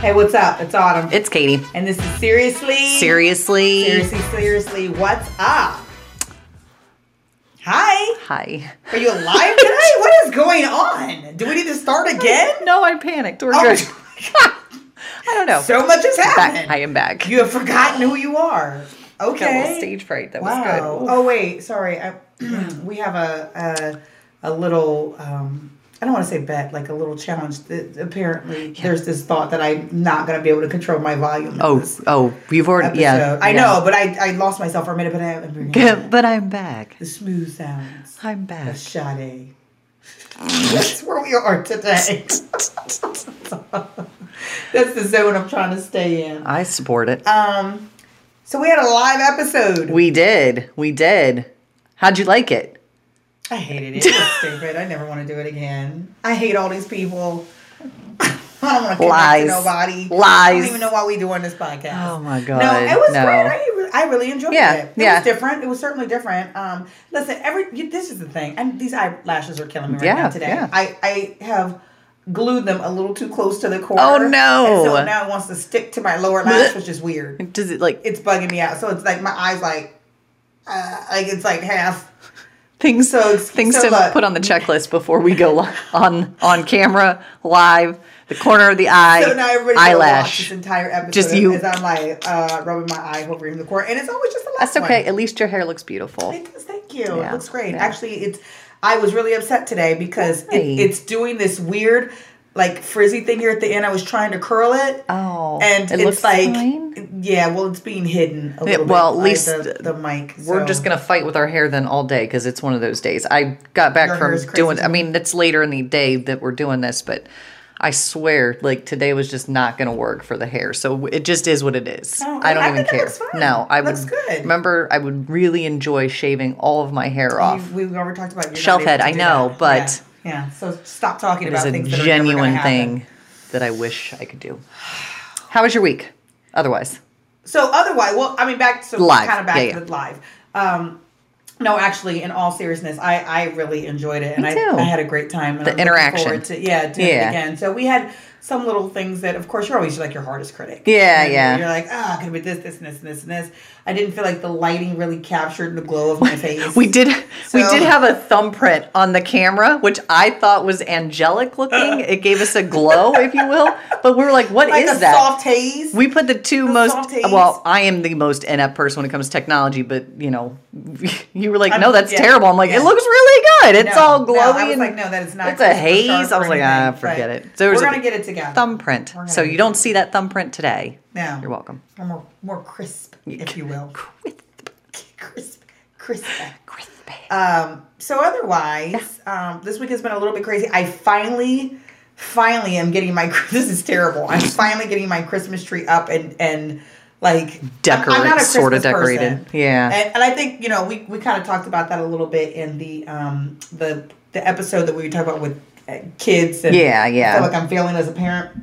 Hey, what's up? It's Autumn. It's Katie. and this is seriously. Seriously. Seriously, seriously, what's up? Hi. Hi. Are you alive today? what is going on? Do we need to start again? No, I panicked. We're Oh good. my I don't know. God. So much has back. happened. I am back. you have forgotten who you are. Okay. Got a little stage fright. That Wow. was good. Oh wait, sorry. I, we have a a, a little. Um, I don't want to say bet, like a little challenge. That apparently, there's this thought that I'm not going to be able to control my volume. in Oh, this oh, you've already. Yeah. episode. I yeah. know, but I, I lost myself for a minute. But I, I'm bringing Yeah, it back. but I'm back. the smooth sounds I'm of back. Sade. That's where we are today. That's the zone I'm trying to stay in. I support it. Um, so we had a live episode. we did. We did. How'd you like it? I hated it. It was stupid. I never want to do it again. I hate all these people. I don't want to connect Lies. to nobody. I Lies. don't even know why we're doing this podcast. Oh, my God. No, it was No. great. I, re- I really enjoyed Yeah, it. It yeah. was different. It was certainly different. Um, listen, every you, this is the thing, and these eyelashes are killing me right Yeah, now today. yeah. I I have glued them a little too close to the core. Oh, no. And so now it wants to stick to my lower lash, which is weird Does it like it's bugging me out. So it's like my eyes like uh, like it's like half. things? so- things so to look. put on the checklist before we go li- on on camera live. The corner of the eye, So now everybody's gonna watch this eyelash. entire episode Just you. as I'm like uh, rubbing my eye over in the corner, and it's always just the last That's okay. one. At least your hair looks beautiful. It does. Thank you. Yeah, It looks great. yeah. Actually, it's. I was really upset today because Why? it, it's doing this weird, like frizzy thing here at the end. I was trying to curl it. Oh, And it it's looks like, fine? yeah, well, it's being hidden a little well, at bit least by the, the mic. We're so- just gonna fight with our hair then all day because it's one of those days. I got back Your hair is from crazy doing. to I mean, it's later in the day that we're doing this, but I swear, like today was just not gonna work for the hair. So it just is what it is. Oh, I don't I even think it care. looks fine. No, I Looks would good. remember. I would really enjoy shaving all of my hair off. We've, we've already talked about you're not Shelf able head, to I do know, that. but- yeah. Yeah. So stop talking It is about a things. that are never gonna genuine happen. thing that I wish I could do. How was your week? Otherwise, So otherwise, well, I mean, back to Live. kind of back Yeah, to yeah. the live. Um, no, actually, in all seriousness, I I really enjoyed it, and Me I, too. I had a great time. And The I'm looking interaction. forward to, yeah, to it Yeah. again. So we had some little things that, of course, you're always like your hardest critic. Yeah, You know, yeah. You're like, ah, oh, could be this, this, and this, and this, and this. I didn't feel like the lighting really captured the glow of my face. We did we So- did have a thumbprint on the camera, which I thought was angelic looking. it gave us a glow, if you will. But we were like, "What is like a that? soft haze. we put the two the most soft haze. well, I am the most inept person when it comes to technology, but you know, you were like, I'm- No, that's yeah, terrible. I'm like, yeah. it looks really good. It's No, all glowy no, I was and like, no, that is not It's a Christmas haze. sharp I or was like, anything, ah, but forget it. So there was we're a gonna get it together. thumbprint. We're gonna So get you it don't see that thumbprint today. No. You're welcome. Or more, more crisp, if you will. crisp, crisp. Crispy. Um, so otherwise, um, this week has been a little bit crazy. I finally, finally am getting my. This is terrible. I'm finally getting my Christmas tree up and and like Decorate- sorta Christmas decorated. Yeah. and, and I think you know we we kind of talked about that a little bit in the um the the episode that we were talking about with uh, kids. And Yeah, yeah. I feel like I'm failing as a parent.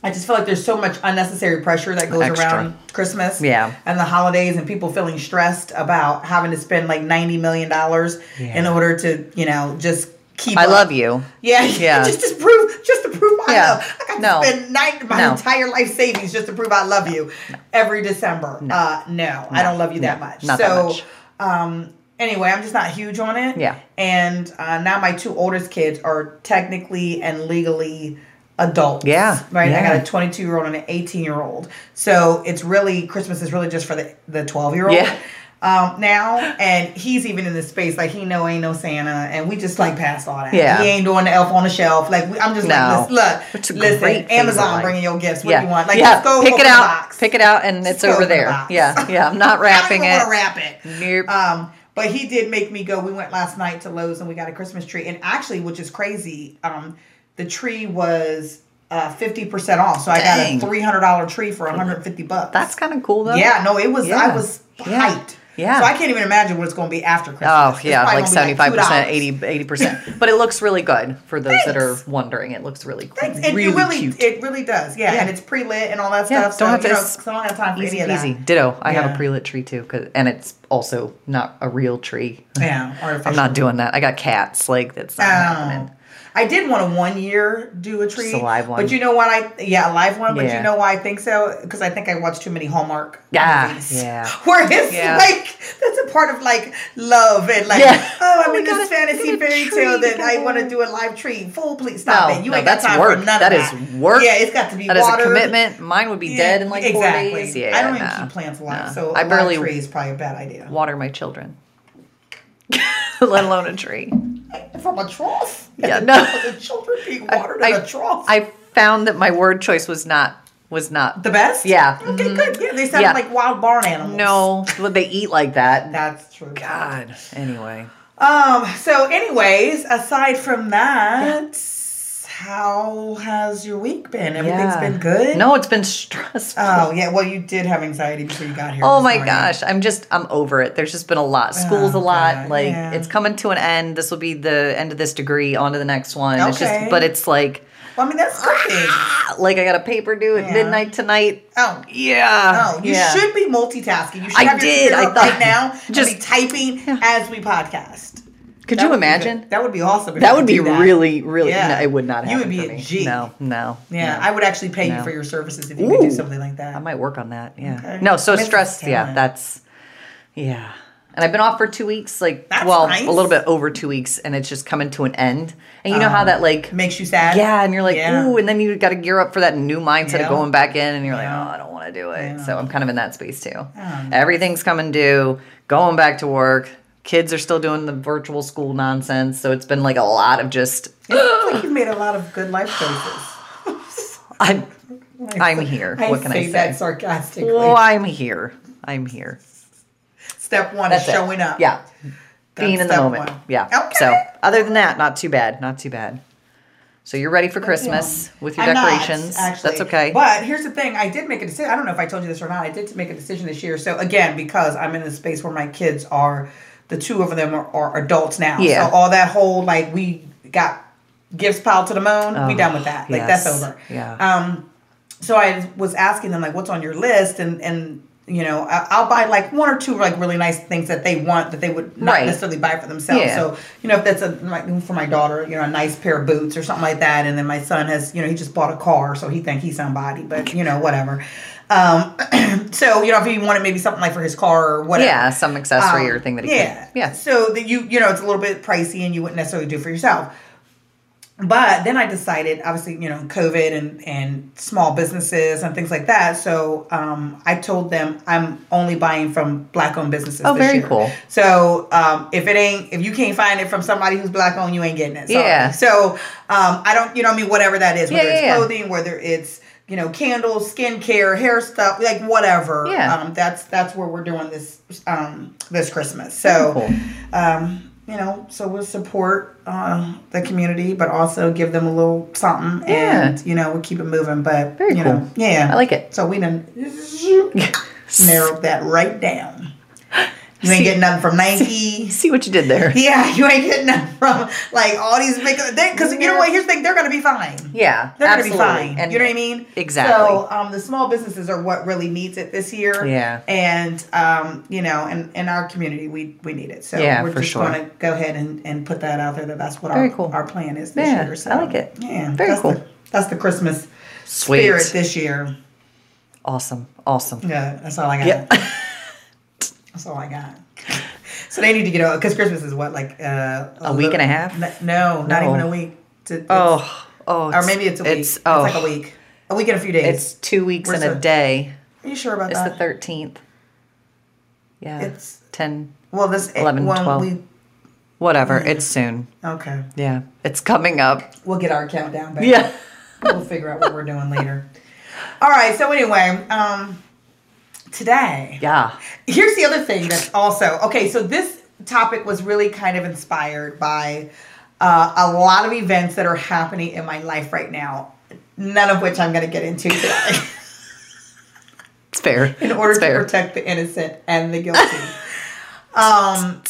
I just feel like there's so much unnecessary pressure that goes Extra. around Christmas Yeah. and the holidays and people feeling stressed about having to spend like 90 million dollars in order to you know just keep I up. love you. yeah Yeah. just to prove just to prove I Yeah. love I got No. to spend nine, my No. entire life savings just to prove I love you every December uh no, I don't love you that No. much Not so that much. um anyway I'm just not huge on it Yeah. and uh, now my two oldest kids are technically and legally adults Yeah. right I Yeah. got a 22 year old and an 18 year old. So it's really Christmas is really just for the the 12 year old. Yeah. Um, now and he's even in the space like he know ain't no Santa and we just like past all that. Yeah. he ain't doing the elf on the shelf. Like we, I'm just No. like listen, It's a look, listen, great phase of Amazon life. bringing your gifts. What do you want? Like yeah. just go pick open it the out. box. Pick it out, and Just it's go over open the there. box. yeah, yeah. I'm not wrapping I don't it. want to wrap it. Nope. Um, but he did make me go. We went last night to Lowe's and we got a Christmas tree. And actually, which is crazy, um, the tree was uh, fifty percent off. So I Dang. got a three hundred dollar tree for one hundred fifty bucks. That's kind of cool, though. yeah. No, it was. I Yeah. was Yeah. hyped. Yeah. So I can't even imagine what it's going to be after Christmas. Oh It's yeah, probably like gonna be seventy five $2. percent, 80 percent. But it looks really good for those that are Thanks. wondering. It looks really cool, Thanks. And really, it really, cute. it really does. Yeah, Yeah. and it's pre lit and all that Yeah, stuff. don't have so you to- know, 'cause I don't have time for easy any of that. peasy. Ditto. I have Yeah. a pre lit tree too, 'cause- and it's also not a real tree. Yeah, artificial. I'm not doing that. I got cats. Like that's not Oh. happening. I I did want to one year do a tree, Just a live one. but you know what? I yeah, a live one. But Yeah. you know why I think so? Because I think I watched too many Hallmark. Yeah, movies. yeah. Where it's Yeah. like that's a part of like love and like Yeah. oh, I'm Oh, we in this gotta fantasy get a fairy tree tale that I together. want to do a live tree. Fool, please stop No, it. You no, ain't got that's time work. for none That of is that. work. Yeah, it's got to be That is watered. a commitment. Mine would be Yeah, dead in like exactly. four days. Yeah, I don't even nah. keep plants alive, nah. so I I barely barely- tree is probably a bad idea. water my children, let alone a tree. From a trough. Yeah, no. the children being watered in a trough. I found that my word choice was not was not the best. Yeah. Okay, good. Yeah, they sound Yeah. like wild barn animals. no. But they eat like that. That's true. God. Anyway, Um. So, anyways, aside from that, how has your week been? Everything's Yeah. been good. No, it's been stressful. Oh yeah. Well, you did have anxiety before you got here. Oh this my morning. gosh, I'm just I'm over it. There's just been a lot. School's a Oh, lot. God, Like yeah. it's coming to an end. This will be the end of this degree, on to the next one. It's Okay. just but it's like Well, I mean, that's good. thing. ah, like I got a paper due at Yeah. midnight tonight. Oh. Yeah. No, you Yeah. should be multitasking. You should I have your did, computer I up thought- right now Just- just be typing as we podcast. Could That you would be imagine? good. That would be awesome. if That you would could be do that. really, really. Yeah. No, it would not You happen. would be for a me. G. No, no. Yeah, no. I would actually pay No. you for your services if you could Ooh. do something like I that. might work on that. Yeah. Okay. No, so Mrs. stressed. Yeah, Talent. that's yeah. And I've been off for two weeks, like That's well, nice. a little bit over two weeks, and it's just coming to an end. And you know how that like It makes you sad. yeah, and you're like Um, Yeah. ooh, and then you got to gear up for that new mindset Yeah. of going back in, and you're Yeah. like oh, I don't want to do it. Yeah. Oh, So I'm kind of in that space too. no. Everything's coming due, going back to work. Kids are still doing the virtual school nonsense, so it's been like a lot of just It seems like you've made a lot of good life choices. I'm Like, I'm here. I What can I say that say? sarcastically. Well, I'm here. I'm here. Step one That's is it. showing up. Yeah. That's Being in the step moment. one. Yeah. Okay. So other than that, not too bad. Not too bad. So you're ready for Christmas with your I'm not, decorations. actually. That's okay. But here's the thing: I did make a decision. I don't know if I told you this or not. I did make a decision this year. So again, because I'm in a space where my kids are, the two of them are, are adults now. Yeah. So all that whole like we got gifts piled to the moon. we done with that. Like that's Oh, yes. over. Yeah. Um. So I was asking them like, what's on your list, and and you know I- I'll buy like one or two like really nice things that they want that they would not Right. necessarily buy for themselves. Yeah. So you know, if that's a my, for my daughter, you know, a nice pair of boots or something like that, and then my son has, you know, he just bought a car, so he think he's somebody, but you know, whatever. Um, so you know, if he wanted maybe something like for his car or whatever, yeah, some accessory or thing that he um, yeah, could. Yeah. So that you, you know, it's a little bit pricey, and you wouldn't necessarily do for yourself. But then I decided, obviously, you know, COVID and and small businesses and things like that. So um, I told them I'm only buying from black-owned businesses. Oh, this very year. cool. So um, if it ain't, if you can't find it from somebody who's black-owned, you ain't getting it. Sorry. Yeah. So um, I don't, you know, what I mean, whatever that is, whether Yeah, it's yeah, yeah. clothing, whether it's you know candles, skincare, hair stuff, like whatever. Yeah. Um, that's that's where we're doing this um, this Christmas. So Cool. um, you know, so we'll support uh, the community, but also give them a little something, and you know, we'll keep it moving. But Very you cool. know, yeah, I like it. So we done narrowed that right down. You ain't See- getting nothing from Nike. See what you did there. Yeah, you ain't getting nothing from like all these big. Because you know what? Here's the thing: they're gonna be fine. Yeah. They're absolutely. gonna be fine. And you know what I mean? Exactly. So um, the small businesses are what really needs it this year. Yeah. And um, you know, and in our community, we we need it. So Yeah, we're for just sure. going to go ahead and, and put that out there that that's what Very our cool. our plan is this Yeah, year. So I like it. Yeah, Very that's cool. The, that's the Christmas Sweet. spirit this year. Awesome. Awesome. Yeah, that's all I got. Yep. That's all I got. So they need to get out because Christmas is what like uh, A week and a half? N- No, not No. even a week. To, it's- Oh. Oh. or maybe it's a week. It's, It's oh, like a week, a week and a few days. It's two weeks Where's and a the- day. Are you sure about It's that? the thirteenth. Yeah. It's- ten. Well, this 11, when 12. We, Whatever. Mm-hmm. It's soon. okay, Yeah. It's coming up. we'll get our countdown back. Yeah. we'll figure out what we're doing later. All right. So anyway, um, today Yeah. here's the other thing that's also okay. So this topic was really kind of inspired by uh, a lot of events that are happening in my life right now. None of which I'm going to get into today. It's fair. in order it's to fair. protect the innocent and the guilty. um,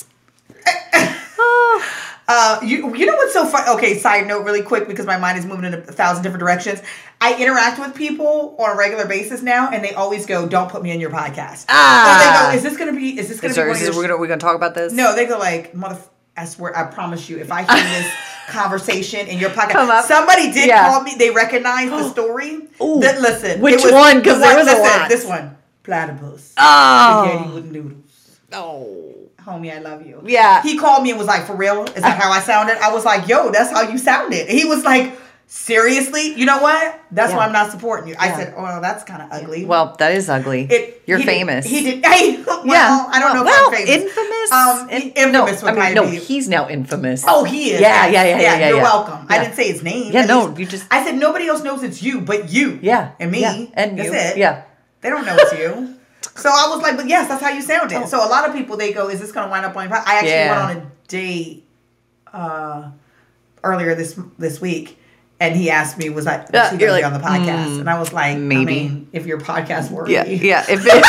uh, you you know what's so fun? Okay, side note, really quick because my mind is moving in a thousand different directions. I interact with people on a regular basis now, and they always go, "Don't put me in your podcast." Or Ah. they go, "Is this gonna be? Is this gonna Is be?" there, one is of your there, we're gonna we're gonna talk about this. no, they go like mother. I swear, I promise you, if I hear this conversation in your pocket, Come up. somebody did Yeah. call me. They recognized the story. Ooh. That- listen, Which it was- one? 'Cause the there was a listen, lot. This one, platypus, spaghetti Oh. with noodles. Oh. Homie, I love you. Yeah. He called me and was like, "For real? Is that how I sounded?" I was like, "Yo, that's how you sounded." He was like, "Seriously? You know what? That's why Yeah. I'm not supporting you." I Yeah. said, "Oh, well, that's kind of ugly." Well, that is ugly. It- You're he did- famous. he did. Hey, well, yeah. I don't know well, if I'm famous. infamous. Um, in- infamous no, would I mean, no, probably be- he's now infamous. Oh, he is. Yeah, yeah, yeah, yeah, yeah, You're yeah. welcome. I Yeah. didn't say his name. Yeah, At no, least- you just- I said nobody else knows it's you, but you. yeah. and me. yeah, and that's you. it. Yeah. they don't know it's you. So I was like, but yes, that's how you sounded. So a lot of people they go, is this going to wind up on your? pod-" I actually Oh. Yeah. went on a date uh, earlier this this week. And he asked me, "Was I was Yeah, he you're going to be like, on "Mm, the podcast?" and I was like, "Maybe I maybe. mean, if your podcast worthy, Yeah, yeah. If it,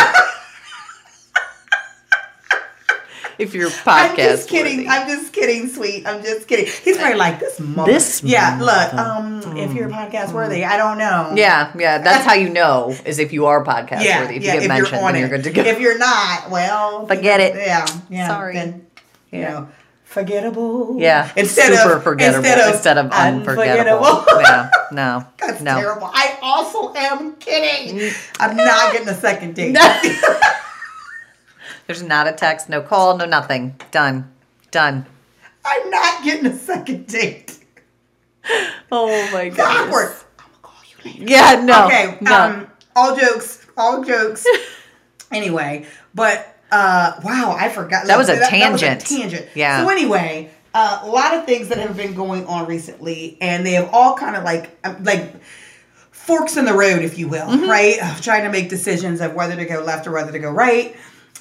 if your podcast, I'm just kidding. worthy. I'm just kidding, sweet. I'm just kidding. He's probably like this mother. This yeah. Look, mother- um, if you're podcast worthy, I don't know. yeah, yeah. That's how you know is if you are podcast yeah, worthy. If yeah. you get if mentioned, you're on then it, you're good to go. If you're not, well, Forget it. Yeah, yeah. Sorry. Then, you Yeah. know, forgettable. yeah, Instead super of forgettable instead of, unforgettable. yeah, no, That's no. terrible. I also am kidding. Mm. I'm not getting a second date. There's not a text, no call, no nothing. Done, done. I'm not getting a second date. Oh my Awkward. I'm gonna call you later. Yeah, no, okay. no. Um, all jokes. All jokes. anyway, but uh, wow, I forgot. That was a tangent. tangent. Yeah. So anyway, uh, a lot of things that have been going on recently, and they have all kind of like um, like forks in the road, if you will, Mm-hmm. right? Of trying to make decisions of whether to go left or whether to go right,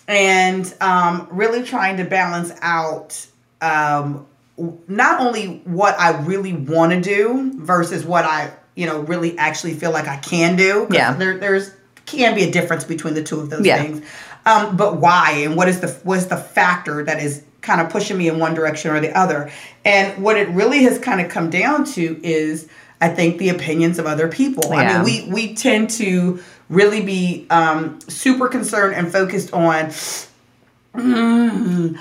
and um, really trying to balance out. Um, w- not only what I really want to do versus what I, you know, really actually feel like I can do. 'cause Yeah. There, there's can be a difference between the two of those Yeah. things. Um, but why and what is the what's the factor that is kind of pushing me in one direction or the other? And what it really has kind of come down to is I think the opinions of other people. I Yeah. mean, we we tend to really be um, super concerned and focused on "Mm,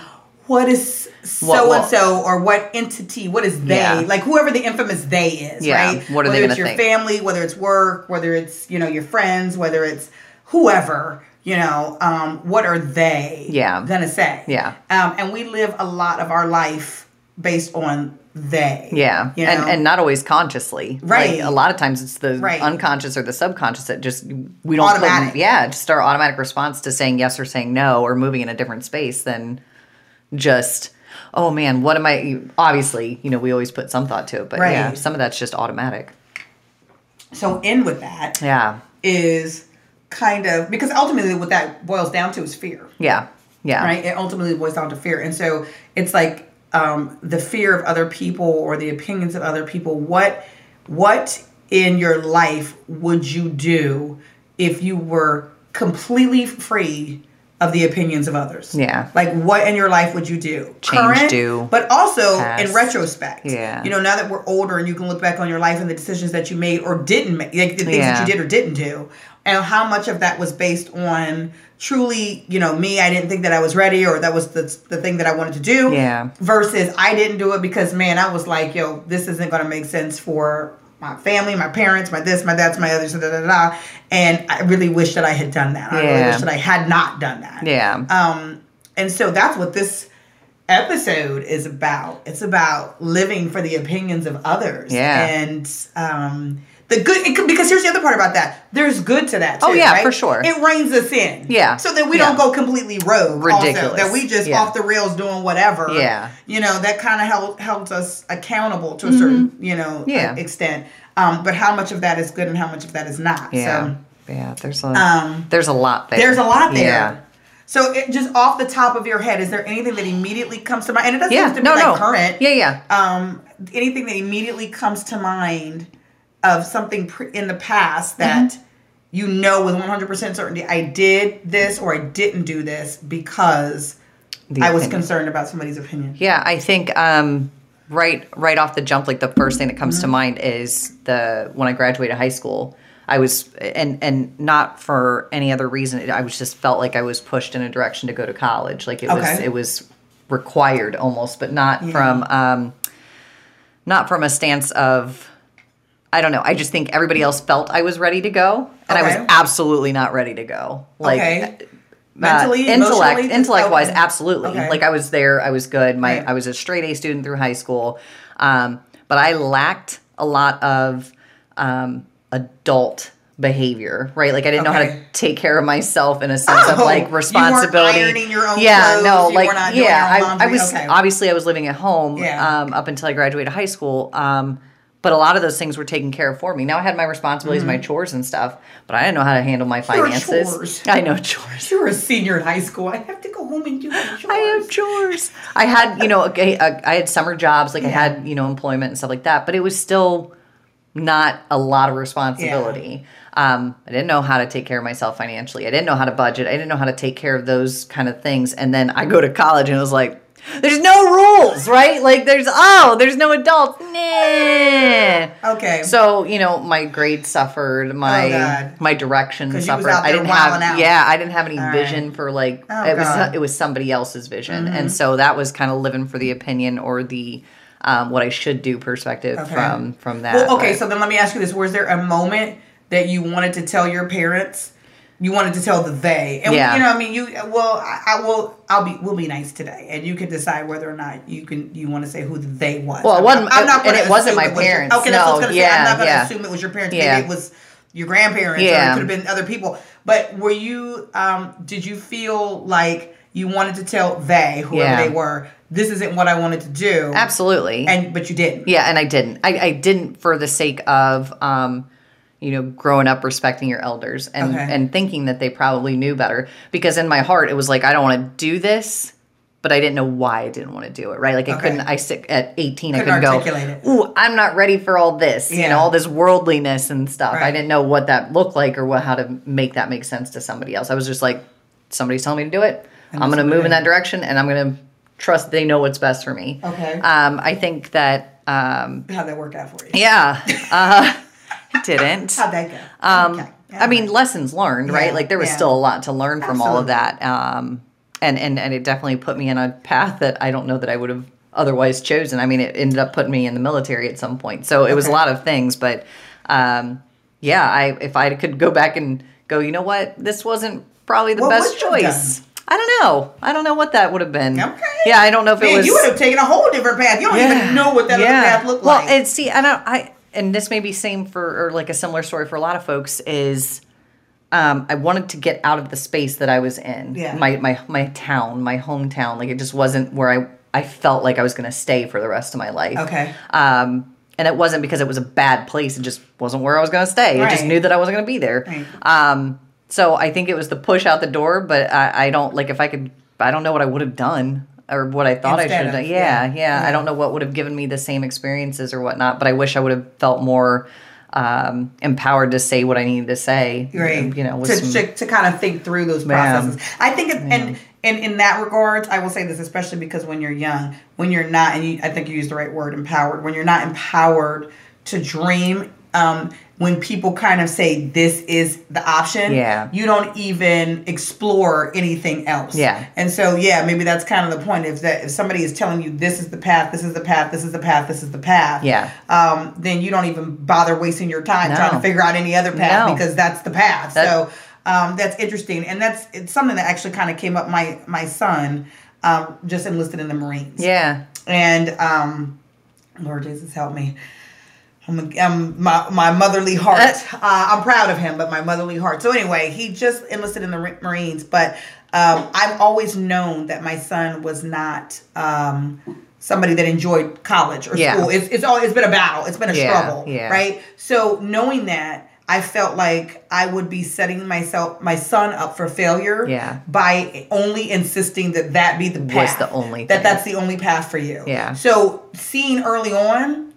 what is What- so what- and so or what entity, what is they Yeah. like whoever the infamous they is, Yeah. right? What are they whether it's gonna your think? family, whether it's work, whether it's you know your friends, whether it's whoever, you know, um, what are they? Yeah. gonna say. Yeah. um, and we live a lot of our life based on they. Yeah, you and know? and not always consciously. Right. Like, a lot of times it's the Right. unconscious or the subconscious that just we don't. Automatic. Put, yeah, just our automatic response to saying yes or saying no or moving in a different space than just. Oh man, what am I? you- Obviously, you know we always put some thought to it, but yeah, Right. some of that's just automatic. so in with that is Yeah, kind of because ultimately what that boils down to is fear. yeah, yeah. right? It ultimately boils down to fear. And so it's like um, the fear of other people or the opinions of other people. What what in your life would you do if you were completely free of the opinions of others? Yeah. Like what in your life would you do? Change do. But also in Past. retrospect. Yeah. You know, now that we're older and you can look back on your life and the decisions that you made or didn't make, like the things Yeah. that you did or didn't do and how much of that was based on truly you know me i didn't think that i was ready or that was the, the thing that i wanted to do Yeah. versus i didn't do it because man i was like yo this isn't going to make sense for my family my parents my this my that's my others da, da, da, da. and i really wish that i had done that i really Yeah. wish that i had not done that Yeah. um, and so that's what this episode is about. It's about living for the opinions of others. Yeah. And um, the good, it, could- because here's the other part about that. There's good to that too. Oh, yeah, right? for sure. It reins us in. Yeah. So that we Yeah. don't go completely rogue. Also, Ridiculous. that we just Yeah. off the rails doing whatever. Yeah. You know, that kind of held, held us accountable to a certain, you know, Mm-hmm. Yeah. extent. Um, but how much of that is good and how much of that is not. yeah, So yeah. There's a Um, there's a lot there. there's a lot there. Yeah. So it, just off the top of your head, is there anything that immediately comes to mind? And it doesn't Yeah. have to be No. like no. current. Yeah. Yeah. Um, anything that immediately comes to mind of something pre- in the past Mm-hmm. that you know with 100% certainty, I did this or I didn't do this because The I was opinion. concerned about somebody's opinion. Yeah, I think um, right right off the jump, like the first thing that comes Mm-hmm. to mind is the when I graduated high school, I was and and not for any other reason. I was just felt like I was pushed in a direction to go to college. Like it was Okay. it was required almost, but not from um, not from a stance of I don't know. I just think everybody else felt I was ready to go, and I Okay. was absolutely not ready to go. Like okay. mentally, Mentally, Uh, intellect, emotionally? intellect wise, Okay. absolutely. Okay. Like I was there, I was good. My Right. I was a straight A student through high school, um, but I lacked a lot of um, adult behavior, right? Like I didn't know how Okay. to take care of myself in a sense of Oh, you like weren't responsibility. ironing your own yeah, clothes, no, you like were not doing yeah, your own I, I laundry, was okay. obviously I was living at home Yeah. um, up until I graduated high school. Um, but a lot of those things were taken care of for me. Now I had my responsibilities, my chores and stuff, but I didn't know how to handle my were finances. Mm-hmm. chores. I know chores. You were a senior in high school. I have to go home and do my chores. I have chores. I had, you know, okay, uh, I had summer jobs, like I had, you know, employment and stuff like that, but it was still not a lot of responsibility. Um, I didn't know how to take care of myself financially. I didn't know how to budget. I didn't know how to take care of those kind of things. And then I go to college and it was like, there's no rules, right? Like there's oh, there's no adults. Nah. Okay. So you know, my grades suffered. Oh, My God. my direction 'Cause you was suffered. out I there didn't have wilding out. yeah, I didn't have any right. vision for like Oh, it was God. Mm-hmm. it was somebody else's vision, and so that was kind of living for the opinion or the um, what I should do perspective Okay. from from that. Well, okay, but- so then let me ask you this: Was there a moment that you wanted to tell your parents? You wanted to tell the they, and Yeah. you know, I mean, you well, I, I will, I'll be, we'll be nice today, and you can decide whether or not you can, you want to say who the they was. Well, it I'm wasn't- and gonna it wasn't assume my was your- parents. okay, that's what I was No, gonna say. yeah, I'm not going to yeah. assume it was your parents. Yeah. Maybe it was your grandparents, or Yeah. it could have been other people. But were you, um, did you feel like you wanted to tell they, whoever Yeah. they were, this isn't what I wanted to do, absolutely. and but you didn't. Yeah, and I didn't. I, I didn't for the sake of, um, you know, growing up respecting your elders and Okay. and thinking that they probably knew better. Because in my heart, it was like I don't want to do this, but I didn't know why I didn't want to do it. Right? Like I Okay. couldn't. I sick at eighteen. I Couldn't couldn't articulate it. go. Ooh, I'm not ready for all this. You Yeah. know, all this worldliness and stuff. I Right. didn't know what that looked like or what how to make that make sense to somebody else. I was just like, somebody's telling me to do it. I'm going to move in that direction, and I'm going to trust they know what's best for me. Okay. Um, I think that um, How'd that work out for you? yeah. Uh, it didn't. How'd that go? Um, Okay. I mean, lessons learned, right? Yeah, Like there was yeah. still a lot to learn from all of Absolutely. that. Um, and, and, and it definitely put me in a path that I don't know that I would have otherwise chosen. I mean, it ended up putting me in the military at some point. So it was a Okay. lot of things, but, um, yeah, I, if I could go back and go, you know what, this wasn't probably the What best would you have choice. I don't know. I don't know what that would have been. Okay. Yeah. I don't know if Man, it was, you would have taken a whole different path. You don't even know what that Yeah. other path looked like. Well, and see, I don't, I, and this may be same for, or like a similar story for a lot of folks is, um, I wanted to get out of the space that I was in, Yeah. my, my, my town, my hometown. Like it just wasn't where I, I felt like I was going to stay for the rest of my life. Okay. Um, and it wasn't because it was a bad place. It just wasn't where I was going to stay. I just Right. knew that I wasn't going to be there. Right. Um, so I think it was the push out the door, but I, I don't like if I could, I don't know what I would have done or what I thought I Instead should have of, done. Yeah, yeah, yeah. I don't know what would have given me the same experiences or whatnot, but I wish I would have felt more um, empowered to say what I needed to say. right. You know, with to, some- to, to kind of think through those Yeah. processes. I think, it, and in in that regards, I will say this, especially because when you're young, when you're not, and you, I think you used the right word, empowered. When you're not empowered to dream, um, when people kind of say this is the option, Yeah. you don't even explore anything else. Yeah. And so, yeah, maybe that's kind of the point. If that if somebody is telling you this is the path, this is the path, this is the path, this is the path, Yeah. um, then you don't even bother wasting your time No. trying to figure out any other path No. because that's the path. That- so um, that's interesting, and that's it's something that actually kind of came up. My my son um, just enlisted in the Marines, yeah. and um, Lord Jesus help me. I'm, I'm my, my motherly heart. Uh, I'm proud of him, but my motherly heart. So anyway, he just enlisted in the Ra- Marines, but um, I've always known that my son was not um, somebody that enjoyed college or Yeah. school. It's it's all it's been a battle. It's been a Yeah, struggle, yeah. right? So knowing that, I felt like I would be setting myself my son up for failure Yeah. by only insisting that that be the Was path. the only that thing. that's the only path for you. Yeah. So seeing early on,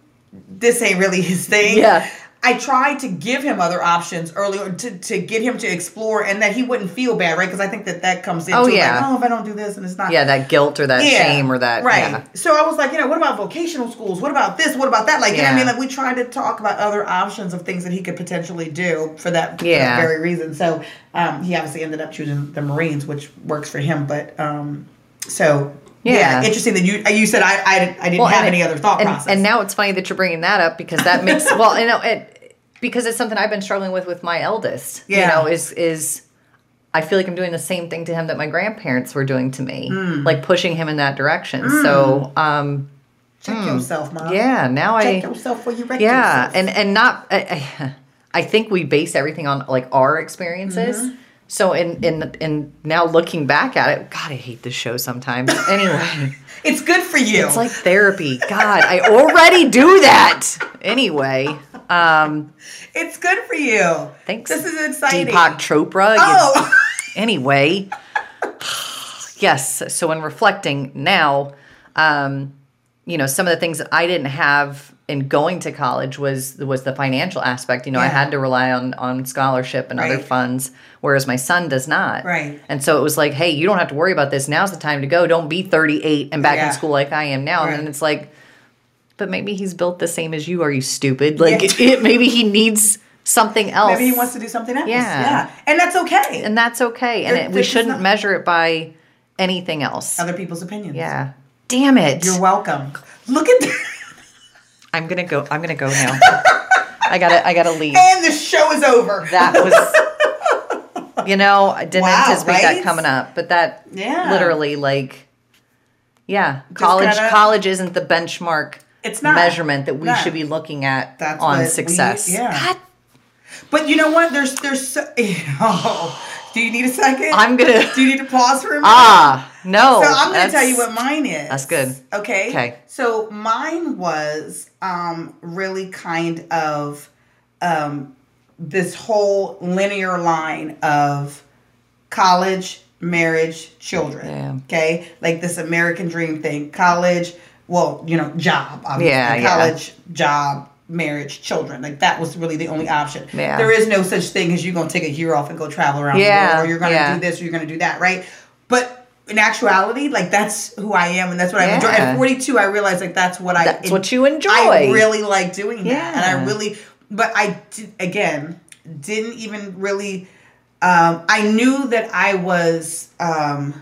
this ain't really his thing. Yeah. I tried to give him other options early on to, to get him to explore and that he wouldn't feel bad, right? Because I think that that comes into Oh, like, yeah. oh, if I don't do this and it's not Yeah. That guilt or that shame or that. right. Yeah. So I was like, you know, what about vocational schools? What about this? What about that? Like, you know what I Yeah. mean? Like, we tried to talk about other options of things that he could potentially do for that, for that Yeah. very reason. So um, he obviously ended up choosing the Marines, which works for him. But um, so yeah. Yeah. interesting that you you said I I, I didn't Well, have and any it- other thought and, process. And now it's funny that you're bringing that up because that makes well, you know, it because it's something I've been struggling with with my eldest. Yeah. You know, is is I feel like I'm doing the same thing to him that my grandparents were doing to me, Hmm. like pushing him in that direction. So, um, check yourself, mom. yeah, now Hmm. check I yourself before you wreck yeah, yourself. and and not I, I- I think we base everything on like our experiences. Mm-hmm. So in in in now looking back at it, God, I hate this show sometimes. Anyway. it's good for you. It's like therapy. God, I already do that. Anyway, um, It's good for you. thanks. This is exciting. Deepak Chopra. you- Oh, Anyway, yes. So in reflecting now, um, you know, some of the things that I didn't have in going to college was was the financial aspect. You know, I Yeah. had to rely on on scholarship and other Right. funds, whereas my son does not. Right. And so it was like, hey, you don't have to worry about this. Now's the time to go. Don't be 38 and back Yeah. in school like I am now. Right. And then it's like, but maybe he's built the same as you. Are you stupid? Like it, maybe he needs something else. maybe he wants to do something else. Yeah. and that's okay. and that's okay. And There- it, there we is shouldn't not- measure it by anything else. Other people's opinions. yeah. Damn it. you're welcome. Look at that. I'm gonna go. I'm gonna go now. I gotta. I gotta leave. and the show is over. That was. You know, I didn't Wow, anticipate right? that coming up, but that Yeah. literally like, yeah, college gotta- college isn't the benchmark. It's not. measurement that we No. should be looking at That's what on we- success. yeah. God, But you know what? There's there's so, oh, do you need a second? I'm gonna do you need to pause for a minute? ah no. So I'm going to tell that's- you what mine is. that's good. Okay. Okay. So mine was um, really kind of um, this whole linear line of college, marriage, children. Yeah. Okay. Like this American dream thing. College, well, you know, job, obviously. Yeah, yeah. college, job, marriage, children. Like that was really the only option. Yeah. There is no such thing as you're going to take a year off and go travel around the Yeah, world or you're going to yeah. do this this or you're going to do that, right? But in actuality, like that's who I am and that's what I enjoy. At Yeah. 42, I realized like that's what I That's what you enjoy. I really like doing that, and I Yeah. really, but I did, again didn't even really. Um, I knew that I was um,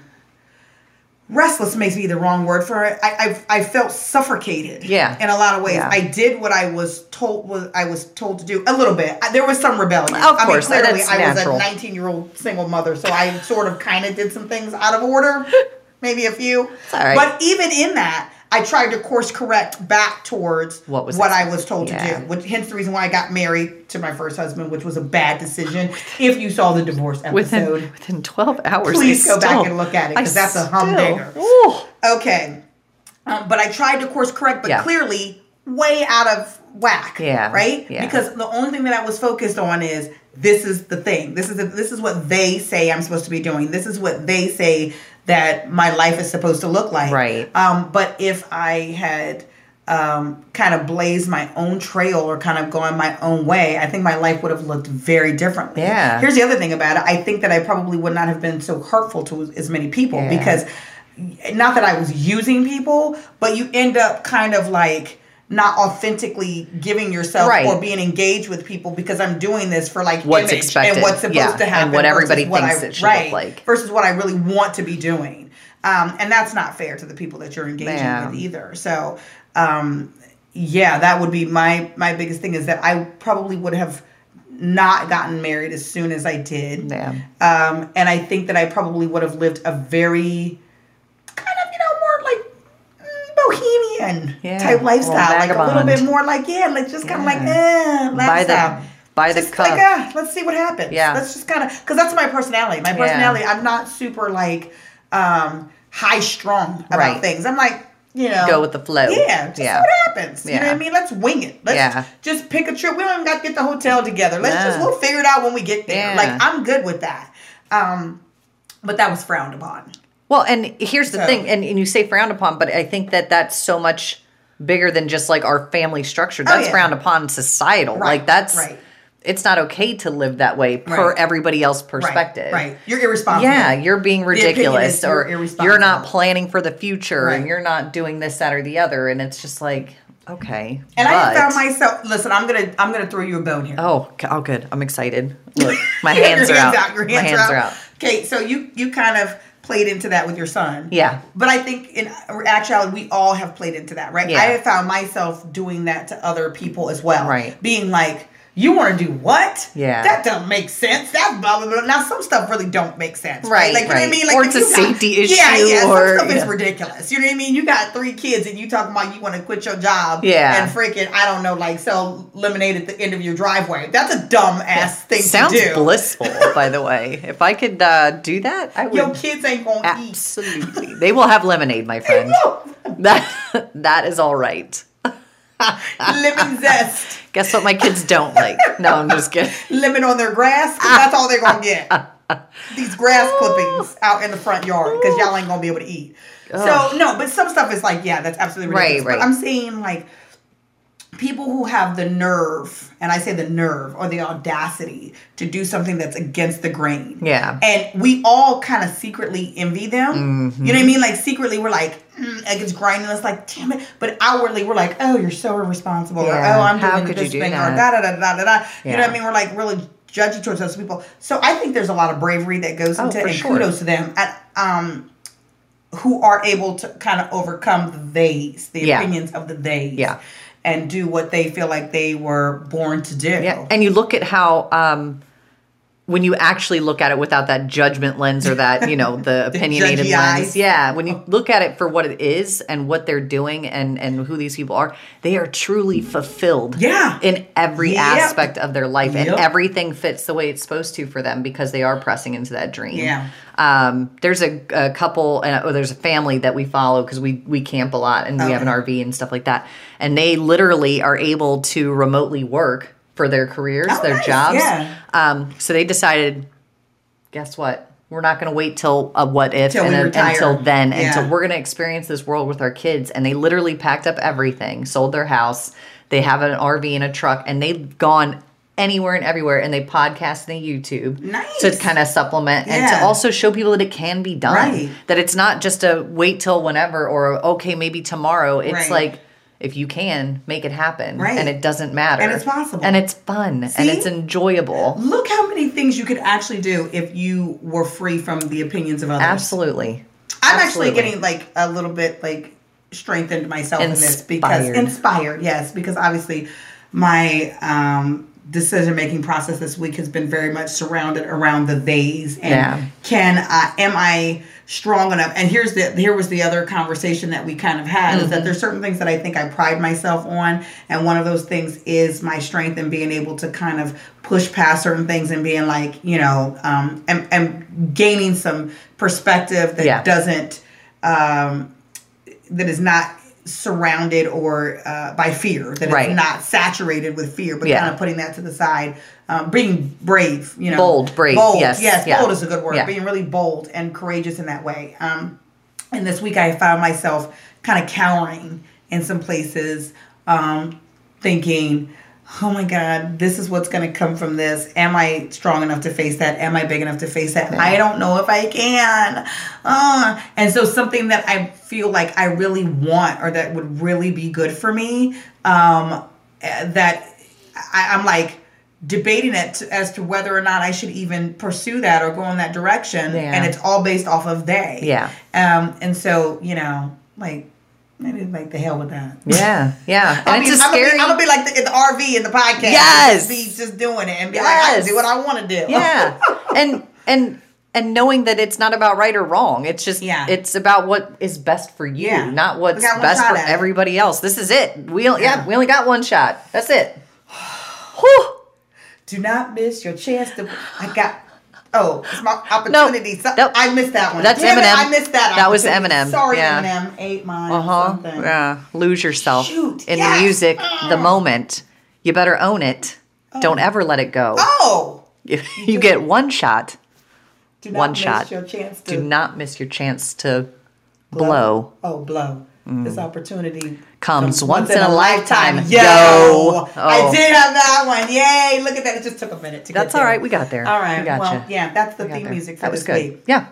restless. Makes me the wrong word for it. I I, I felt suffocated. Yeah. in a lot of ways, Yeah. I did what I was told was I was told to do a little bit. I, there was some rebellion. Of I course, mean, clearly that's I was a natural. 19 year old single mother, so I sort of kind of did some things out of order, maybe a few. all right. But even in that, I tried to course correct back towards what, What was I was told to yeah. do, which hence the reason why I got married to my first husband, which was a bad decision. If you saw the divorce episode, within within 12 hours. Please I go back still- and look at it, I 'cause that's a still- humdinger. Ooh. okay, um, but I tried to course correct, but Yeah. clearly way out of whack. Yeah, right. yeah. Because the only thing that I was focused on is this is the thing. This is the, this is what they say I'm supposed to be doing. This is what they say that my life is supposed to look like. Right. Um, but if I had um, kind of blazed my own trail or kind of gone my own way, I think my life would have looked very differently. Yeah. Here's the other thing about it. I think that I probably would not have been so hurtful to as many people Yeah. because not that I was using people, but you end up kind of like not authentically giving yourself Right. or being engaged with people because I'm doing this for like What's image and expected. what's supposed Yeah, to and happen what versus everybody what thinks I- it should look right, like. versus what I really want to be doing. Um, and that's not fair to the people that you're engaging Yeah. with either. So, um, yeah, that would be my my biggest thing is that I probably would have not gotten married as soon as I did. Yeah. Um, and I think that I probably would have lived a very kind of, you know, more like mm, bohemian Yeah, type or lifestyle. Like a little vagabond. bit more like, yeah, like just kind of like, eh, By lifestyle. the by the Just cup. like, ah, let's see what happens. Yeah. Let's just kind of, because that's my personality. My personality, I'm not super like um, high strung about Right. things. I'm like, you know, Go with the flow. yeah, just see Yeah. what happens. You know what I Yeah. mean? Let's wing it. Let's Yeah. just pick a trip. We don't even got to get the hotel together. Let's just No. we'll figure it out when we get there. Yeah. Like I'm good with that. Um, but that was frowned upon. Well, and here's the So- thing, and, and you say frowned upon, but I think that that's so much bigger than just like our family structure. That's Oh, yeah. frowned upon societal. Right, Like that's right. it's not okay to live that way per Right. everybody else Right. perspective. Right. You're irresponsible. Yeah, you're being opinion is ridiculous, you're or irresponsible. you're not planning for the future, Right. and you're not doing this, that, or the other, and it's just like okay. And I but- found myself listen, I'm gonna I'm gonna throw you a bone here. Oh, g- oh, good. I'm excited. Look, my You have hands, your are out. Your my hands are out. Okay, so you you kind of played into that with your son. Yeah. But I think in actuality, we all have played into that, right? Yeah. I have found myself doing that to other people as well. Right. Being like, you want to do what? Yeah. That doesn't make sense. That blah, blah, blah. Now, some stuff really don't make sense. Right, Like, you know what I right. mean? Like, Or if it's a you got- safety Yeah, issue yeah. or- some stuff yeah. is ridiculous. You know what I mean? You got three kids and you talking about you want to quit your job Yeah. and freaking, I don't know, like sell lemonade at the end of your driveway. That's a dumb ass thing Sounds to do. blissful, by the way. If I could uh, do that, I would. Your kids ain't going Ah. to eat. Absolutely. They will have lemonade, my friend. No. That that is all right. lemon zest, Guess what my kids don't like? No, I'm just kidding. lemon on their grass. 'cause that's all they're gonna get. These Oh. grass clippings out in the front yard because y'all ain't gonna be able to eat. So no, but some stuff is like, yeah, that's absolutely Right, ridiculous. right. But I'm saying like people who have the nerve, and I say the nerve or the audacity to do something that's against the grain. Yeah. And we all kind of secretly envy them. Mm-hmm. You know what I mean? Like secretly, we're like, mm, like it's grinding us, like damn it. But outwardly, we're like, oh, you're so irresponsible. Yeah. Or, oh, I'm How doing could you this do thing. Or that? da da da da da da. You know Yeah. what I mean? We're like really judgy towards those people. So I think there's a lot of bravery that goes Oh, into, for and sure. kudos to them at um, who are able to kind of overcome the theys, the Yeah. opinions of the theys, Yeah. and do what they feel like they were born to do. Yeah. And you look at how um when you actually look at it without that judgment lens or that, you know, the opinionated judgy lens. eyes. Oh. Yeah. When you look at it for what it is and what they're doing and and who these people are, they are truly fulfilled. Yeah. In every Yep. aspect of their life. Yep. And everything fits the way it's supposed to for them because they are pressing into that dream. Yeah. Um, there's a, a couple, and oh, there's a family that we follow because we we camp a lot and we have an Okay. RV and stuff like that. And they literally are able to remotely work for their careers, Oh, their nice. jobs. Yeah. Um, so they decided, guess what? We're not going to wait till a what if Till we and a- retire. until then, and so Yeah. we're going to experience this world with our kids. And they literally packed up everything, sold their house. They have an RV and a truck, and they've gone anywhere and everywhere. And they podcast and they YouTube to Nice. kind of supplement and Yeah. to also show people that it can be done. Right. That it's not just a wait till whenever or a, okay maybe tomorrow. It's Right. like if you can make it happen, Right. and it doesn't matter, And it's possible. and it's fun, and See? it's enjoyable. Look how many things you could actually do if you were free from the opinions of others. Absolutely. I'm Absolutely. actually getting like a little bit like strengthened myself in this because Inspired. inspired, yes, because obviously my um decision making process this week has been very much surrounded around the theys and Yeah. can I am I strong enough and here's the here was the other conversation that we kind of had is Mm-hmm. that there's certain things that I think I pride myself on and one of those things is my strength and being able to kind of push past certain things and being like you know um and, and gaining some perspective that Yeah. doesn't um that is not surrounded or uh, by fear that Right. it's not saturated with fear but Yeah. kind of putting that to the side um, being brave you know Bold, brave, bold yes, yes yeah. bold is a good word Yeah. being really bold and courageous in that way um, and this week i found myself kind of cowering in some places um, thinking oh my god this is what's going to come from this am i strong enough to face that am i big enough to face that i don't know if i can uh, and so something that i feel like i really want or that would really be good for me um, eh, that I, i'm like debating it to, as to whether or not i should even pursue that or go in that direction Yeah. and it's all based off of they Yeah. um, and so you know like maybe like the hell with that Yeah. Yeah. And I it's a am scary. Gonna be, I'm gonna be like the, in the RV in the podcast. Yes. Just be just doing it and be like, I Yes. can do what I want to do. yeah. And and and knowing that it's not about right or wrong. It's just Yeah. it's about what is best for you, Yeah. not what's We got one best shot for at it. everybody else. This is it. We yeah. Yeah. yeah, we only got one shot. That's it. Whew. Do not miss your chance to. I got. Oh, it's my No. opportunity. So- Nope. I missed that one. That's Damn it, Eminem. I missed that. That was opportunity. Eminem, Sorry, yeah. Eminem. Ate my Uh-huh. something. Yeah. Lose yourself Shoot, in yes. the music, the Mm. moment. You better own it. Don't ever let it go. Oh. You, you get one shot. Do not One miss shot. Your chance to Do not miss your chance to blow. Oh, blow. This opportunity Mm. Comes once in a lifetime. Yo. Yo. I Oh. did have that one. Yay. Look at that. It just took a minute to That's get all there. right. We got there. All right. We gotcha. Well, yeah, that's the We got theme there. music for that was this good. week. Yeah,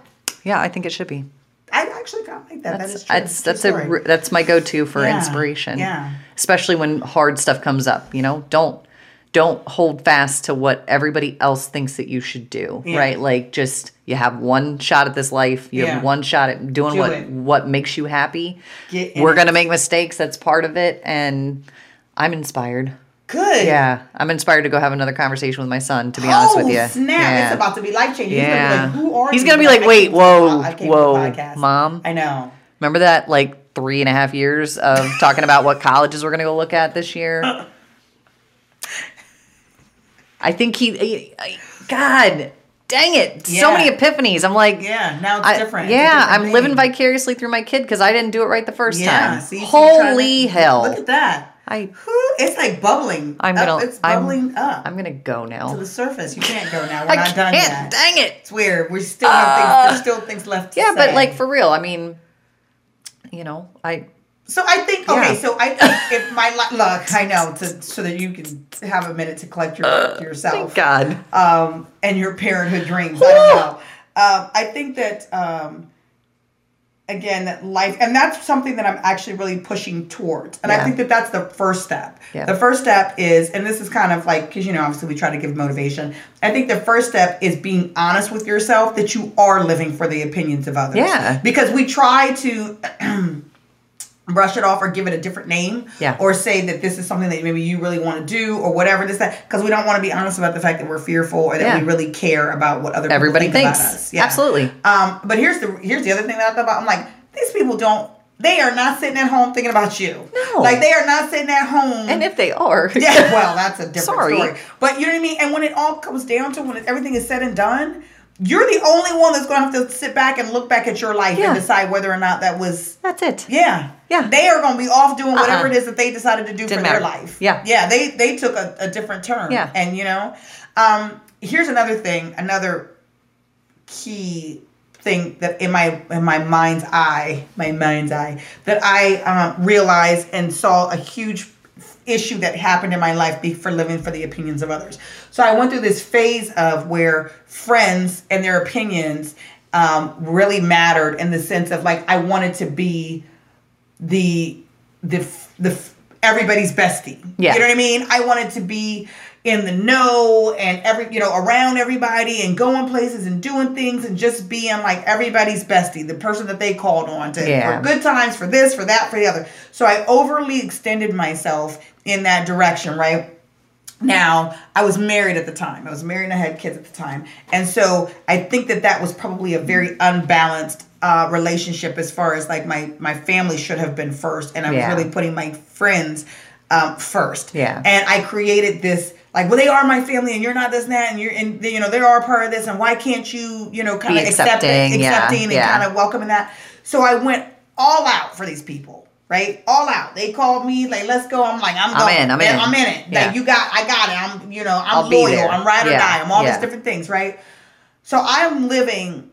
yeah. I think it should be. I actually got like that. that That's is true. that's, True that's a story. re- that's my go-to for Yeah, inspiration. yeah. Especially when hard stuff comes up, you know. Don't don't hold fast to what everybody else thinks that you should do, Yeah. right? Like just you have one shot at this life. You Yeah. have one shot at doing Do what it. what makes you happy. Get in We're it. going to make mistakes, that's part of it and I'm inspired. Good. Yeah, I'm inspired to go have another conversation with my son to be honest with you. Oh snap! Yeah. It's about to be life changing. yeah. He's gonna be like, "Who are He's you?" gonna be like, I wait, came to the po- whoa, I came to the whoa, podcast." mom. I know. Remember that like three and a half years of talking about what colleges we're going to go look at this year? I think he, I- I- God, dang it. So Yeah. many epiphanies. I'm like, Yeah. Now it's I- different. It's a yeah, different I'm thing. living vicariously through my kid because I didn't do it right the first time. see, she's Holy trying to- hell. Look at that. I, Who? It's like bubbling. I'm up. gonna- It's I'm- bubbling up I'm going to go to now. the surface. You can't go now. We're I not done can't, yet. dang it. it's weird. We still have Uh, things. There's still things left. To Yeah, say. but like for real, I mean, you know, I, So I think okay. Yeah. So I think if my li- look, I know to so that you can have a minute to collect your yourself. Uh, thank God. um, and your parenthood dreams. I don't know. Um, I think that um, again, that life, and that's something that I'm actually really pushing towards. And I Yeah. think that that's the first step. Yeah. The first step is, and this is kind of like because you know, obviously, we try to give motivation. I think the first step is being honest with yourself that you are living for the opinions of others. Yeah. because we try to brush it off or give it a different name Yeah. or say that this is something that maybe you really want to do or whatever this that because we don't want to be honest about the fact that we're fearful or that Yeah. we really care about what other Everybody people think thinks. about us Absolutely. um but here's the here's the other thing that i thought about i'm like these people don't they are not sitting at home thinking about you No. like they are not sitting at home And if they are, yeah, well, that's a different Sorry. story. But you know what I mean? And when it all comes down to when everything is said and done, you're the only one that's going to have to sit back and look back at your life Yeah. and decide whether or not that was that's it. yeah. Yeah. They are going to be off doing whatever Uh-uh. it is that they decided to do for Didn't their matter. life. Yeah. Yeah. They they took a, a different turn. Yeah. And you know, um, here's another thing, another key thing that in my in my mind's eye, my mind's eye, that I um, realized and saw a huge issue that happened in my life be- for living for the opinions of others. So I went through this phase of where friends and their opinions um, really mattered in the sense of like I wanted to be the the f- the f- everybody's bestie. Yeah. You know what I mean? I wanted to be in the know and every you know around everybody and going places and doing things and just being like everybody's bestie, the person that they called on to Yeah. for good times, for this, for that, for the other. So I overly extended myself in that direction, right? Now, I was married at the time. I was married and I had kids at the time. And so I think that that was probably a very unbalanced uh, relationship as far as like my, my family should have been first. And I was Yeah. really putting my friends um, first. Yeah. And I created this like, well, they are my family and you're not this and that. And you're, and you know, they are part of this. And why can't you, you know, kind of Be accept it, accepting, yeah, accepting and yeah. kind of welcoming that. So I went all out for these people, right? All out. They called me like, "Let's go." I'm like, "I'm, I'm going. in, I'm in. I'm in it. Like Yeah. you got, I got it. I'm, you know, I'm I'll be loyal. there. I'm ride or Yeah, die. I'm all these yeah. different things, right? So I'm living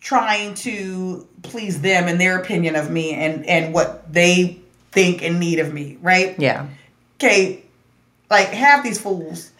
trying to please them and their opinion of me and and what they think and need of me, right? Yeah. Okay, like half these fools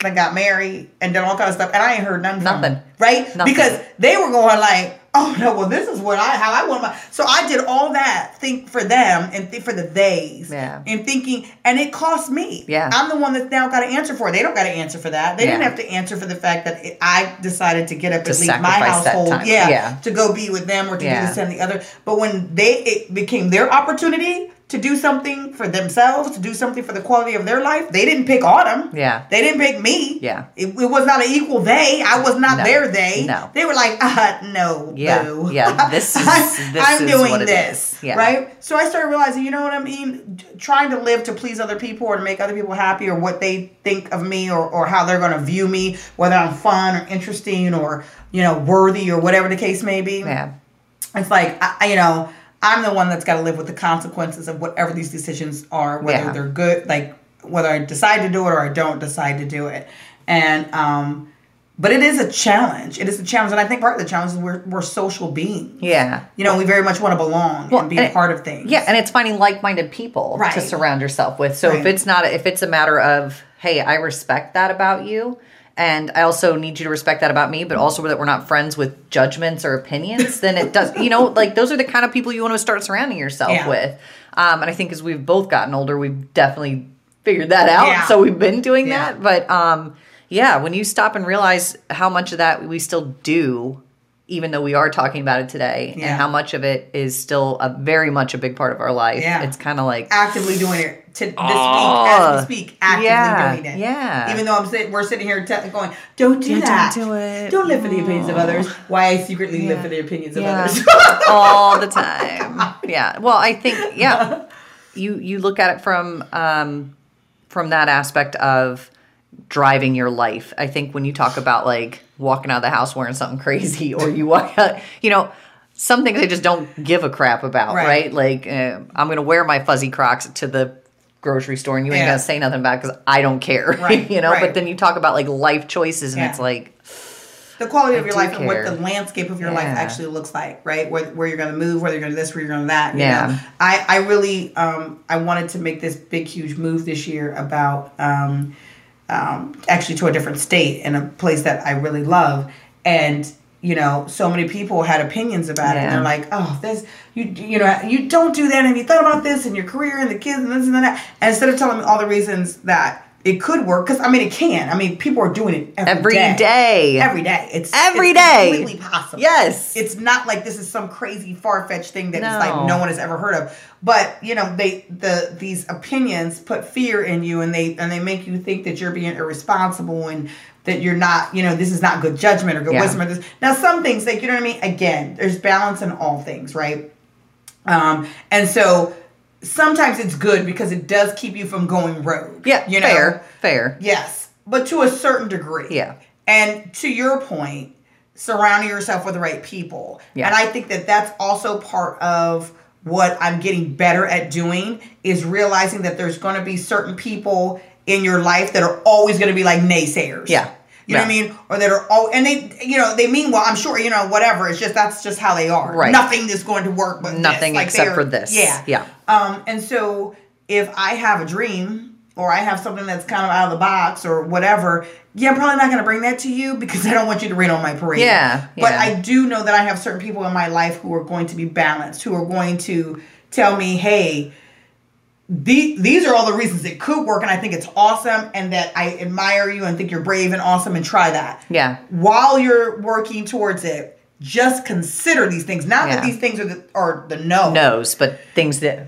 that got married and done all kind of stuff, and I ain't heard nothing. from Nothing. them, right? Nothing. Because they were going like, "Oh no, well this is what I how I want my." So I did all that think for them and think for the theys, Yeah. and thinking, and it cost me. Yeah. I'm the one that's now got to answer for it. They don't got to answer for that. They didn't Yeah. have to answer for the fact that it, I decided to get up To and leave my sacrifice that household, time. yeah, Yeah. to go be with them or to do Yeah. this and the other. But when they it became their opportunity to do something for themselves, to do something for the quality of their life, they didn't pick Autumn. Yeah. They didn't pick me. Yeah. It, it was not an equal they. I was not No. their they. No. They were like, uh, no. Yeah. boo. Yeah. This is- I'm- this I'm is doing what it this. is. Yeah. Right? So I started realizing, you know what I mean? D- Trying to live to please other people or to make other people happy or what they think of me or, or how they're going to view me, whether I'm fun or interesting or, you know, worthy or whatever the case may be Yeah. it's like I, I- you know i'm the one that's got to live with the consequences of whatever these decisions are whether Yeah. they're good like whether i decide to do it or i don't decide to do it and um but it is a challenge it is a challenge and i think part of the challenge is we're, we're social beings Yeah. you know we very much want to belong and be and a it- part of things Yeah, and it's finding like-minded people Right. to surround yourself with. So Right. if it's not if it's a matter of, hey, I respect that about you and I also need you to respect that about me, but also that we're not friends with judgments or opinions, then it does, you know, like those are the kind of people you want to start surrounding yourself Yeah. with. Um, and I think as we've both gotten older, we've definitely figured that out. Yeah. So we've been doing Yeah. that. But um, yeah, when you stop and realize how much of that we still do, even though we are talking about it today, Yeah. and how much of it is still a very much a big part of our life, Yeah. it's kind of like actively doing it to this Oh. week as we speak. Actively Yeah, doing it. yeah. Even though I'm sitting, we're sitting here te- going, "Don't do Yeah, don't that. do it. Don't live for the opinions of Oh. others." Why I secretly live Yeah. for the opinions of yeah. others. all the time. Yeah. Well, I think yeah, you you look at it from um, from that aspect of driving your life. I think when you talk about like walking out of the house wearing something crazy, or you walk out, you know. Some things I just don't give a crap about, Right. right? Like uh, I'm going to wear my fuzzy Crocs to the grocery store, and you ain't Yeah. going to say nothing about because I don't care, Right, you know. right. But then you talk about like life choices, and Yeah. it's like, the quality of your do life and what care. the landscape of your life Yeah. actually looks like, right? Where, where you're going to move, whether you're going to this, where you're going to that. you Yeah. know? I, I really, um, I wanted to make this big, huge move this year about um, um, actually to a different state and a place that I really love. And, you know, so many people had opinions about it. Yeah. And they're like, oh, this, you, you know, you don't do that. Have you thought about this and your career and the kids and this and that? And instead of telling me all the reasons that it could work, because I mean, it can. I mean, people are doing it Every day. Every day. It's Every it's day. completely possible. yes, It's not like this is some crazy far fetched thing that it's No. like no one has ever heard of. But you know, they the these opinions put fear in you and they and they make you think that you're being irresponsible and that you're not, you know, this is not good judgment or good Yeah. wisdom or this. Now some things like you know what I mean? Again, there's balance in all things, right? Um, and so sometimes it's good because it does keep you from going rogue. yeah, you fair, fair, Yes, but to a certain degree. Yeah. And to your point, surrounding yourself with the right people. Yeah. And I think that that's also part of what I'm getting better at doing is realizing that there's going to be certain people in your life that are always going to be like naysayers. Yeah. You know what I Yeah. mean? Or that are all, and they, you know, they mean well, I'm sure, you know, whatever. It's just, that's just how they are. Right. Nothing is going to work but this. Nothing Like, except they're- for this. Yeah. yeah. Um, and so if I have a dream or I have something that's kind of out of the box or whatever, yeah, I'm probably not going to bring that to you because I don't want you to rain on my parade. Yeah, But yeah. I do know that I have certain people in my life who are going to be balanced, who are going to tell me, hey, the, these are all the reasons it could work, and I think it's awesome, and that I admire you and think you're brave and awesome, and try that Yeah. while you're working towards it. Just consider these things. Not that Yeah. these things are the, are the knows, but things that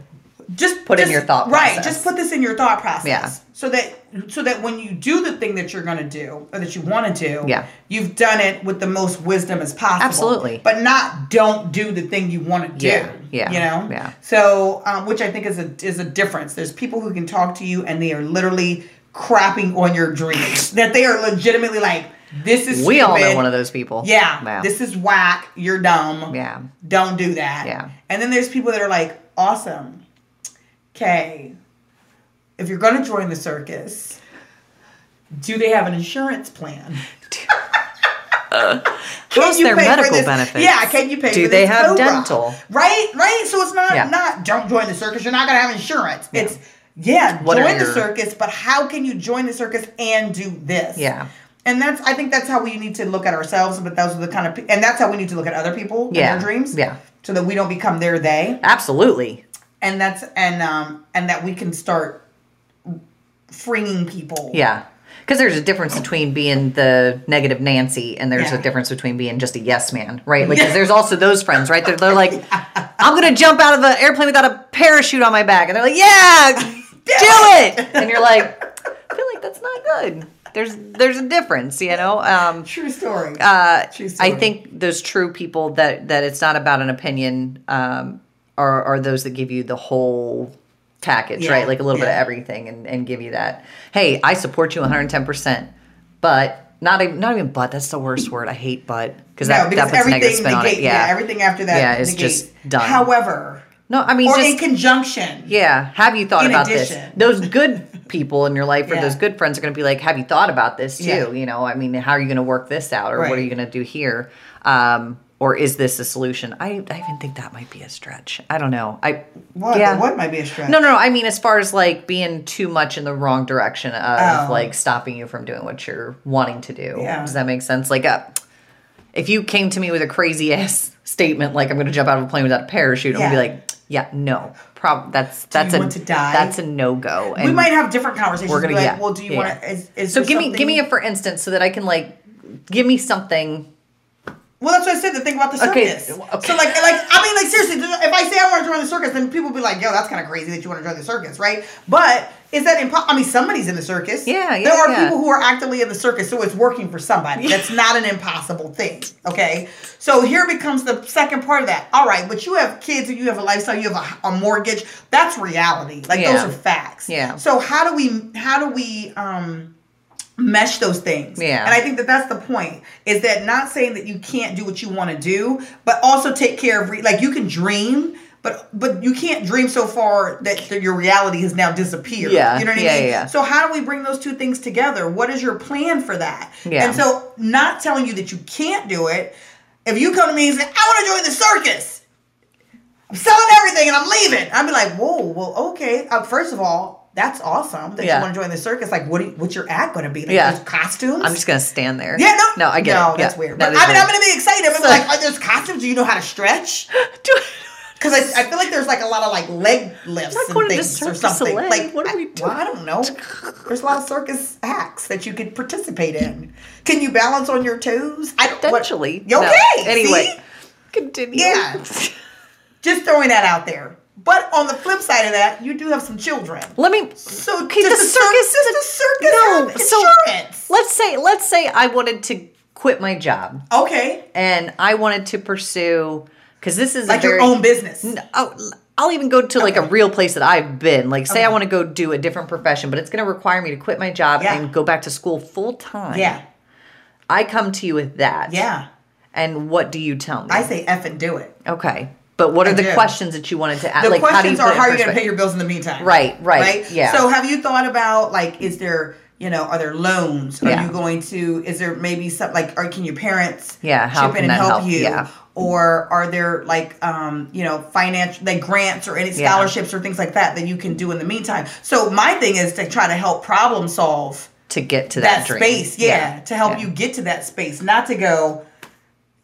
just Put in just- your thought Right. process. Just put this in your thought process. Yeah. So that so that when you do the thing that you're gonna do or that you wanna do, Yeah. you've done it with the most wisdom as possible. Absolutely. But not don't do the thing you wanna do. Yeah, yeah, You know? yeah. So um, which I think is a is a difference. There's people who can talk to you and they are literally crapping on your dreams. that they are legitimately like, this is we all know stupid. one of those people. Yeah. Wow. This is whack. You're dumb. Yeah. Don't do that. Yeah. And then there's people that are like, awesome. Okay. If you're going to join the circus, do they have an insurance plan? Uh, Can How's you their pay for medical this- benefits? Yeah, can you pay Do for they this have Cobra? dental? Right, right. So it's not Yeah. not don't join the circus. You're not going to have insurance. It's yeah, What are join the your- circus, but how can you join the circus and do this? Yeah. And that's I think that's how we need to look at ourselves, but those are the kind of pe- and that's how we need to look at other people Yeah. and their dreams. Yeah. So that we don't become their they Absolutely. and that's and um and that we can start freeing people Yeah. Because there's a difference between being the negative Nancy and there's Yeah. a difference between being just a yes man, right? Because there's also those friends, right? They're, they're like, I'm going to jump out of the airplane without a parachute on my back. And they're like, yeah, do it. And you're like, I feel like that's not good. There's, there's a difference, you know? Um, true story uh, True story. I think those true people that that it's not about an opinion um, are are those that give you the whole package, Yeah, right? Like a little bit yeah. of everything, and, and give you that. Hey, I support you 110, percent but not even not even but. That's the worst word. I hate but because that, that puts a negative spin on it. negate- Yeah. everything after that Yeah, it's negates. just done. however no, I mean or just in conjunction yeah. Have you thought In about addition. this? Those good people in your life or Yeah. those good friends are going to be like, have you thought about this too? Yeah. You know, I mean, how are you going to work this out or Right. what are you going to do here? Um, or is this a solution? I, I even think that might be a stretch. I don't know. I what yeah. what might be a stretch No, no, no. I mean, as far as like being too much in the wrong direction of Oh. like stopping you from doing what you're wanting to do. Yeah. Does that make sense? Like, uh, if you came to me with a crazy ass statement, like I'm going to jump out of a plane without a parachute, I'm Yeah. going to be like, Yeah, no. Prob that's that's you a want to die? that's a no go. we might have different conversations. we're gonna Be like, yeah, well, do you yeah, want yeah. to? Is, is so there give me give me something- a for instance so that I can like give me something. Well, that's what I said. The thing about the Okay, circus. okay. So, like, like I mean, like seriously, if I say I want to join the circus, then people be like, "Yo, that's kind of crazy that you want to join the circus, right?" But is that impossible? I mean, somebody's in the circus. Yeah, yeah, There are yeah. people who are actively in the circus, so it's working for somebody. That's not an impossible thing. Okay. So here becomes the second part of that. All right, but you have kids, and you have a lifestyle, you have a, a mortgage. That's reality. Like Yeah. those are facts. Yeah. So how do we? How do we? um mesh those things Yeah. and i think that that's the point is that not saying that you can't do what you want to do but also take care of re- like you can dream but but you can't dream so far that th- your reality has now disappeared Yeah. you know what Yeah, i mean yeah, yeah. so how do we bring those two things together what is your plan for that Yeah. and so not telling you that you can't do it if you come to me and say i want to join the circus I'm selling everything and I'm leaving. I'd be like, whoa, well, okay. Uh, first of all, that's awesome that Yeah. you want to join the circus. Like, what? do you- what's your act going to be? Like, Yeah. there's costumes. I'm just gonna stand there. yeah, no, No, I get no, it. that's Yeah. weird. That but is I mean, weird. I'm gonna be excited. I'm So- like, are there's costumes? Do you know how to stretch? Do I- Because I, I feel like there's like a lot of like leg lifts not and going to things or Cirque du something. Soleil. Like, What are I- we Well, I don't know. There's a lot of circus acts that you could participate in. Can you balance on your toes? I don't. what- potentially. You No. okay. Anyway, see? continue. Yeah. Just throwing that out there. But on the flip side of that, you do have some children. Let me So Okay, does the circus does is the circus no. have So insurance? let's say let's say I wanted to quit my job okay, and I wanted to pursue because this is like a very, your own business. Oh, I'll even go to like a real place that I've been. Like, say I want to go do a different profession, but it's going to require me to quit my job Yeah. and go back to school full time. Yeah, I come to you with that. yeah. And what do you tell me? I say F and do it. Okay. But what are the do. questions that you wanted to ask? The like, how do you questions put are it how in are you going to perspective? pay your bills in the meantime? Right, right, yeah. So have you thought about like, is there you know, are there loans? Are Yeah. you going to? Is there maybe some like, or can your parents Yeah, how chip can in and that help, help? you? Yeah. Or are there like um, you know financial like grants or any Yeah. scholarships or things like that that you can do in the meantime? So my thing is to try to help problem solve to get to that, that, dream. space, yeah, to help yeah. you get to that space, not to go.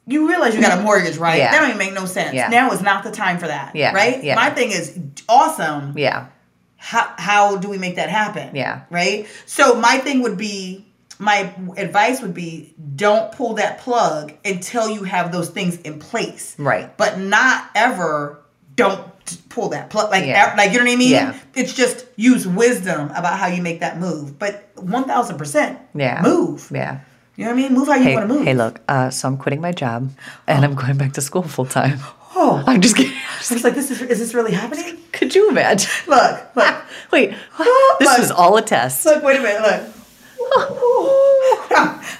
You realize you got a mortgage, right? Mm-hmm. Yeah. That don't even make no sense. Yeah. Now is not the time for that, Yeah, right? yeah. My thing is awesome. Yeah. How how do we make that happen? Yeah. right. So my thing would be my advice would be don't pull that plug until you have those things in place, Right. But not ever don't pull that plug like Yeah. ev- like you know what I mean. Yeah. It's just use wisdom about how you make that move, but one thousand percent, Yeah. move. Yeah. You know what I mean? Move how you Hey, want to move. hey, look. Uh, so I'm quitting my job and I'm going back to school full time. Oh, I I'm just kidding. was like, this is is this really happening? Could you imagine? Look, look, Wait, Look. this was all a test. look. Wait a minute, look.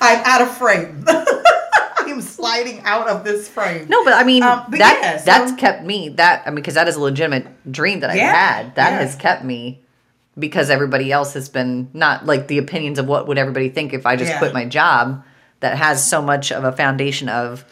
I'm out of frame. I'm sliding out of this frame. No, but I mean Um, but that yeah, so- that's kept me. That I mean, because that is a legitimate dream that I Yeah, had. That yeah. has kept me because everybody else has been not like the opinions of what would everybody think if I just Yeah. quit my job. That has so much of a foundation of,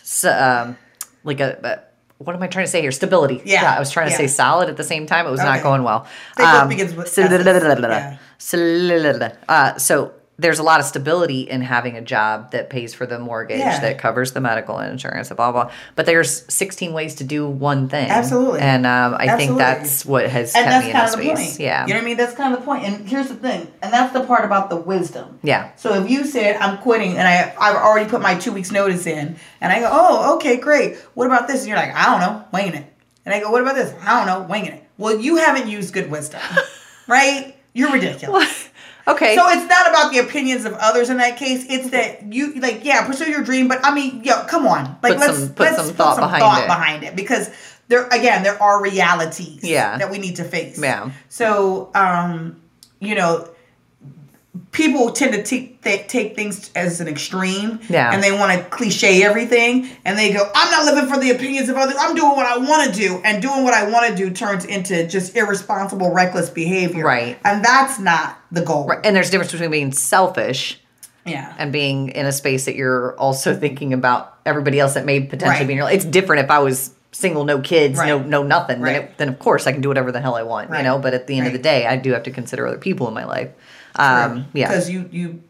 s- um, like a. a- what am I trying to say here? Stability. Yeah, I was trying to say yeah. solid at the same time. It was not Okay. going well. Um, They both begins with so- S's. Yeah. so- uh, so there's a lot of stability in having a job that pays for the mortgage, Yeah. that covers the medical insurance, blah blah. But there's 16 ways to do one thing. Absolutely. and um, I think Absolutely. that's what has and kept that's me in kind that of the space. point. Yeah, you know what I mean. That's kind of the point. And here's the thing, and that's the part about the wisdom. yeah, So if you said I'm quitting and I I've already put my two weeks notice in and I go, Oh, okay, great. What about this? And you're like, I don't know, winging it. And I go, What about this? I don't know, winging it. Well, you haven't used good wisdom. right? You're ridiculous. okay. So it's not about the opinions of others in that case. It's that you like, yeah, pursue your dream, but I mean, yo, come on, like Put let's some- put let's some thought behind it. behind it because there again there are realities Yeah. that we need to face. Yeah. So um, you know, people tend to t- th- take things as an extreme. Yeah. And they want to cliche everything, and they go, "I'm not living for the opinions of others. I'm doing what I want to do," and doing what I want to do turns into just irresponsible, reckless behavior. Right. And that's not the goal. Right. and there's a difference between being selfish Yeah. and being in a space that you're also thinking about everybody else that may potentially Right. be in your life. It's different if I was single, no kids, no Right. no nothing. Then, Right. it, then of course I can do whatever the hell I want, you Right. know. But at the end of Right. the day, I do have to um, consider other people in my life. Um, yeah, Because you you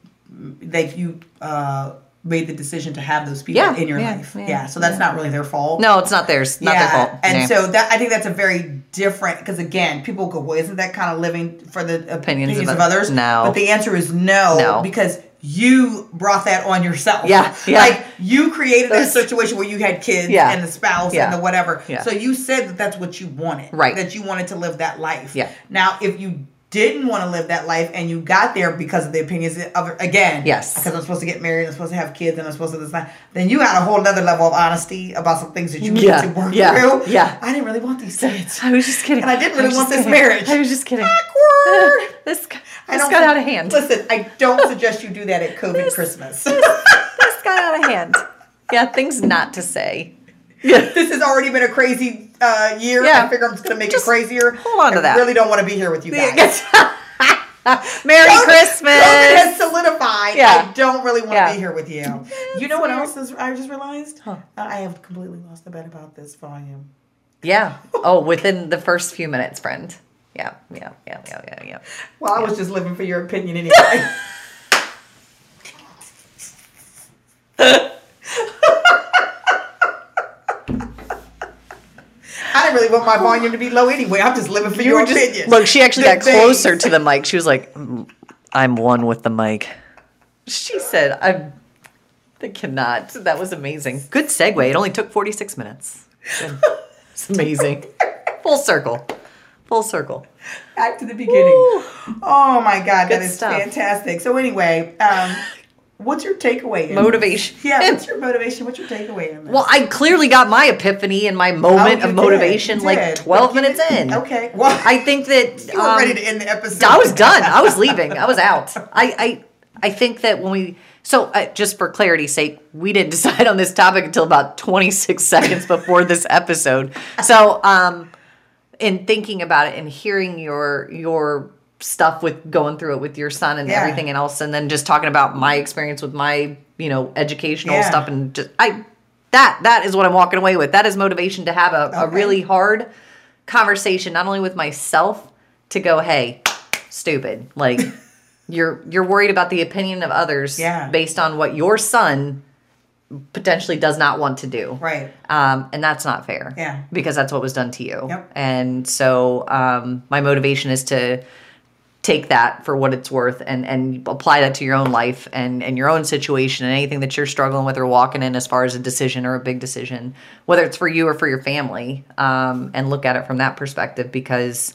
like you uh made the decision to have those people Yeah, in your yeah, life. yeah, Yeah, so that's not really their fault. No, it's not theirs. Not their fault. And Yeah. so that I think that's a very different because again, people go, "Well, isn't that kind of living for the opinions, Opinions of of, oth- others?" No. But the answer is no, No. because you brought that on yourself. Yeah, yeah. Like you created that Those- situation where you had kids Yeah. and the spouse Yeah. and the whatever. Yeah. So you said that that's what you wanted. Right. That you wanted to live that life. Yeah. Now, if you didn't want to live that life and you got there because of the opinions of again Yes. because i'm supposed to get married i'm supposed to have kids and i'm supposed to this and that then you got a whole other level of honesty about some things that you need Yeah, to work yeah, through yeah. I didn't really want these kids. I was just kidding. And I didn't really was want just this kidding. marriage. I was just kidding. Awkward. this g- I this don't- got out of hand. This Listen, I don't suggest you do that at COVID Christmas. got out of hand. Yeah, things not to say. this has already been a crazy uh, year. Yeah. I figure I'm just going to make Just it crazier. hold on to I that. really don't want to be here with you guys. Merry COVID- COVID has Christmas. solidified. Yeah. I don't really want to Yeah. be here with you. You know what weird. else is, I just realized? Uh, Huh. I have completely lost the bet about this volume. Yeah. Oh, within the first few minutes, friend. Yeah, yeah, yeah, yeah, yeah, yeah. Well, I was just living for your opinion anyway. I didn't really want my volume to be low anyway. I'm just living for your opinion. look, she actually The got things. closer to the mic. She was like, "Mm, I'm one with the mic. She said, I I cannot. That was amazing. Good segue. It only took 46 minutes. Good. It's amazing. Full circle. Full circle. Back to the beginning. Oh my God, Good that is stuff. fantastic. So anyway, um, what's your takeaway? in- Motivation. Yeah, what's your motivation? What's your takeaway in this? Well, I clearly got my epiphany and my moment Oh, you of did. motivation You like did. 12 You minutes did. in. Okay. Well, I think that you were um, ready to end the episode. I was done. I was leaving. I was out. I I, I think that when we so uh, just for clarity's sake, we didn't decide on this topic until about 26 seconds before this episode. So, um, in thinking about it and hearing your your stuff with going through it with your son and Yeah. everything else, and then just talking about my experience with my you know educational Yeah. stuff and just I that that is what I'm walking away with. That is motivation to have a, a Okay. really hard conversation, not only with myself to go, hey, stupid. Like you're you're worried about the opinion of others Yeah. based on what your son potentially does not want to do. Right. Um, and that's not fair. Yeah. Because that's what was done to you. Yep. And so um, my motivation is to take that for what it's worth and and apply that to your own life and and your own situation and anything that you're struggling with or walking in as far as a decision or a big decision whether it's for you or for your family um, and look at it from that perspective because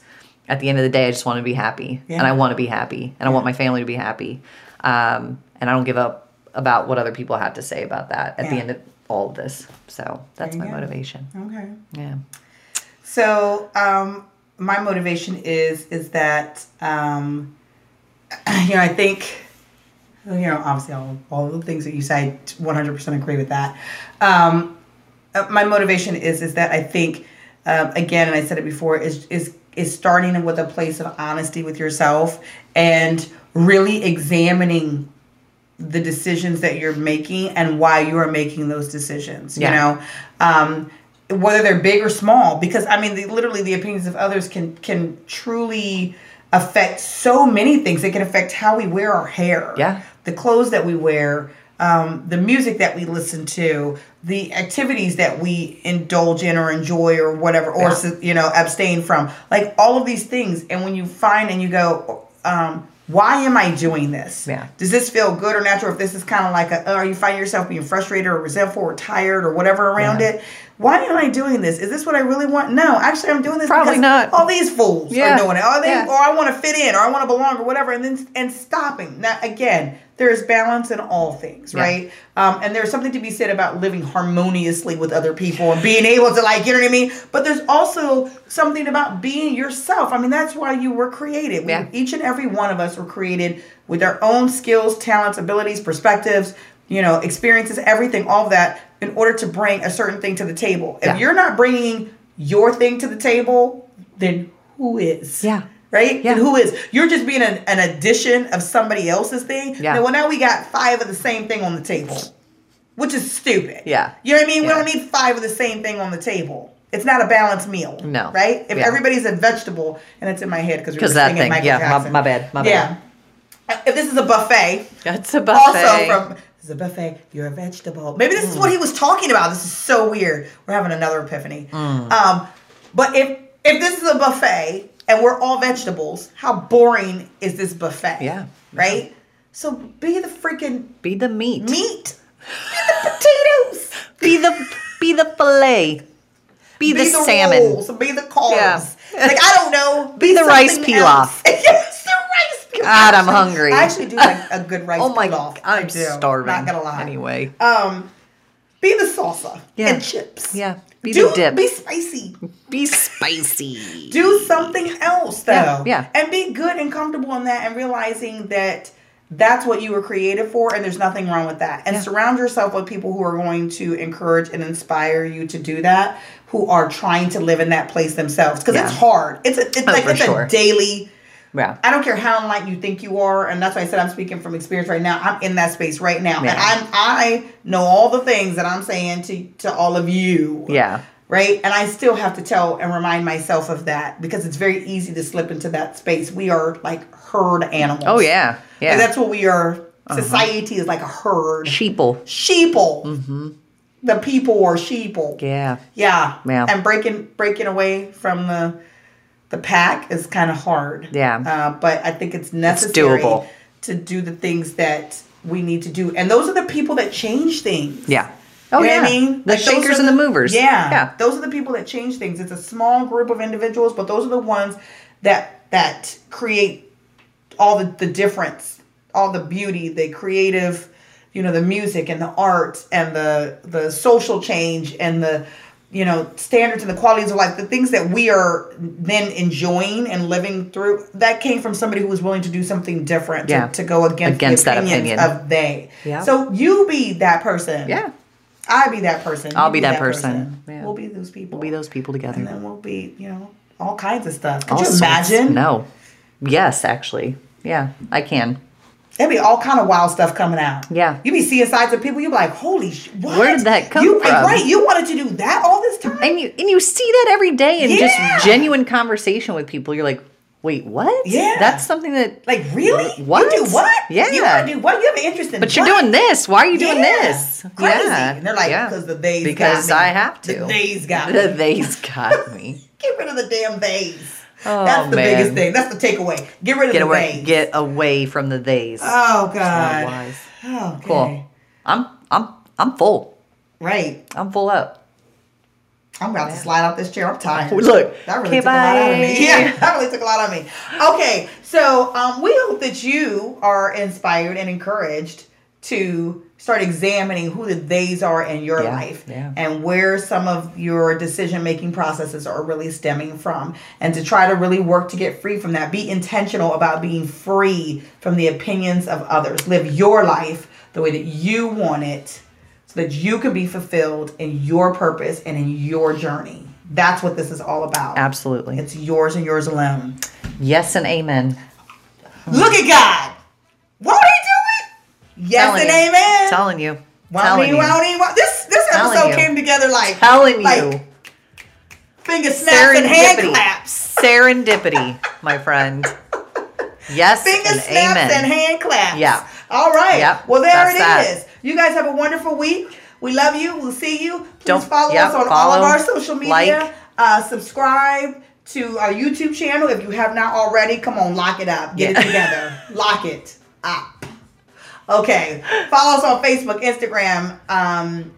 at the end of the day I just want to be happy and I Yeah. want to be happy and I want my family to be happy um, and I don't give up about what other people have to say about that at the Yeah. end of all of this so that's There my you go. motivation Okay. yeah So um, my motivation is is that um, you know I think you know obviously all, all the things that you said 100% agree with that. Um, uh, my motivation is is that I think um, again and I said it before is is is starting with a place of honesty with yourself and really examining the decisions that you're making and why you are making those decisions. Yeah. You know, um, whether they're big or small, because I mean, the, literally, the opinions of others can can truly affect so many things. It can affect how we wear our hair, Yeah. the clothes that we wear, um, the music that we listen to, the activities that we indulge in or enjoy or whatever, or Yeah. s- you know, abstain from, like all of these things. And when you find and you go. Um, why am I doing this? Yeah. does this feel good or natural if this is kind of like a, are you finding yourself being frustrated or resentful or tired or whatever around Yeah. it why am i doing this is this what i really want no actually i'm doing this Probably because not. all these fools Yeah. are doing it or, they, Yeah. or i want to fit in or i want to belong or whatever and then and stopping now again there is balance in all things Yeah. right um, and there's something to be said about living harmoniously with other people and being able to like you know what i mean but there's also something about being yourself i mean that's why you were created We- Yeah. each and every one of us were created with our own skills, talents, abilities, perspectives, you know, experiences, everything, all of that, in order to bring a certain thing to the table. If Yeah. you're not bringing your thing to the table, then who is? Yeah. Right? Yeah. And who is? You're just being an, an addition of somebody else's thing. Yeah. Now, well, now we got five of the same thing on the table, which is stupid. Yeah. You know what I mean? Yeah. We don't need five of the same thing on the table. It's not a balanced meal. No. Right? If Yeah. everybody's a vegetable, and it's in my head because because that thing. Yeah, my, my bad. My bad. yeah. If this is a buffet, That's a buffet. also from is a buffet. You're a vegetable. Maybe this is what he was talking about. This is so weird. We're having another epiphany. Mm. Um, but if if this is a buffet and we're all vegetables, how boring is this buffet? Yeah. Right. So be the freaking Be the meat. meat. Be the potatoes. Be the be the fillet. Be, the, salmon. rolls, be the carbs. Yeah. Like I don't know. Be the rice something pilaf. else. yes, the rice pilaf. God, I'm Actually, hungry. I actually do like a good rice Oh my pilaf. god, I'm I do. starving. Not gonna lie. Anyway. Um, be the salsa Yeah. and chips. Yeah. Be do, the dip. Be spicy. Be spicy. Do something else though. Yeah, yeah. And be good and comfortable in that, and realizing that that's what you were created for, and there's nothing wrong with that. And Yeah. surround yourself with people who are going to encourage and inspire you to do that, who are trying to live in that place themselves. Because Yeah. Oh, it's hard. It's a, it's like for it's sure. a daily. Yeah. I don't care how enlightened you think you are, and that's why I said I'm speaking from experience right now. I'm in that space right now, Yeah. and I'm I know all the things that I'm saying to to all of you. Yeah. Right, and I still have to tell and remind myself of that because it's very easy to slip into that space. We are like herd animals. Oh yeah. Uh-huh. Yeah. Like, that's what we are. Society is like a herd. sheeple. Sheeple. Mm-hmm. The people are sheeple. Yeah. Yeah. Yeah. And breaking breaking away from the the pack is kind of hard. Yeah. Uh, but I think it's necessary doable. to do the things that we need to do. And those are the people that change things. Yeah. Oh You know yeah. what I mean? The Like, those shakers are and the movers. Yeah. Yeah. Those are the people that change things. It's a small group of individuals, but those are the ones that that create all the, the difference, all the beauty, the creative, you know, the music and the art and the the social change and the you know standards and the qualities of life the things that we are then enjoying and living through that came from somebody who was willing to do something different to- Yeah. to, go against, Against the that opinions opinion. of they Yeah. so you be that person Yeah. I be that person. I'll you be that person. Yeah. We'll be those people. We'll be those people together. And then we'll be, you know, all kinds of stuff. Could All you sorts. imagine? No. Yes, actually. Yeah, I can. There'd be all kind of wild stuff coming out. Yeah. You be seeing sides of people. You be like, holy sh! What? Where did that come you, from? Right. You wanted to do that all this time. And you and you see that every day in Yeah. just genuine conversation with people. You're like, wait, what? Yeah. That's something that like really? What? You do what? Yeah. You want to do what? You have an interest in. But you're what? doing this. Why are you doing Yeah. this? Crazy. And they're like, Yeah. because the they's got Because me. I have to. The they's got The me. they's got me. Get rid of the damn they's. Oh, That's the man. biggest thing. That's the takeaway. Get rid of Get the away they's. get away from the theys. oh Not God. wise. Oh, okay. Cool. I'm I'm I'm full. Right. I'm full up. I'm about to slide off this chair. I'm tired. Look. that really Okay, took a lot out of bye. me. Yeah, that really took a lot out of me. Okay, so um, we hope that you are inspired and encouraged to start examining who the theys are in your Yeah, life yeah. and where some of your decision making processes are really stemming from, and to try to really work to get free from that. Be intentional about being free from the opinions of others. Live your life the way that you want it so that you can be fulfilled in your purpose and in your journey. That's what this is all about. Absolutely. It's yours and yours alone. yes and amen. Look at God. Won't He do it? Yes Telling and you. amen. Telling you. won't telling He? you. Won't He? Won't This this Telling episode you. came together like Telling like you. finger snaps and hand Serendipity. claps. Serendipity, my friend. Yes Finger and snaps amen. and hand claps. Yeah. All right. Yep, Well, there that's it is. that. You guys have a wonderful week. We love you. We'll see you. Please Don't- follow yep, us on all of follow, our social media. like. Uh, subscribe to our YouTube channel if you have not already. Come on, lock it up. Get Yeah. it together. lock it up. Okay. Follow us on Facebook, Instagram, um,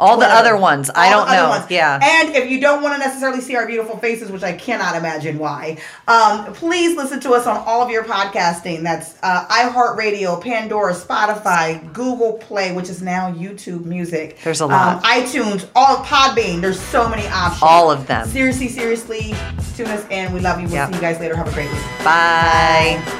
All the Twitter. other ones. I All don't the other know. ones. Yeah. And if you don't want to necessarily see our beautiful faces, which I cannot imagine why, um, please listen to us on all of your podcasting. That's uh, iHeartRadio, Pandora, Spotify, Google Play, which is now YouTube Music. There's a lot. Um, iTunes, all Podbean. There's so many options. All of them. Seriously, seriously, tune us in. We love you. We'll Yep. see you guys later. Have a great week. Bye.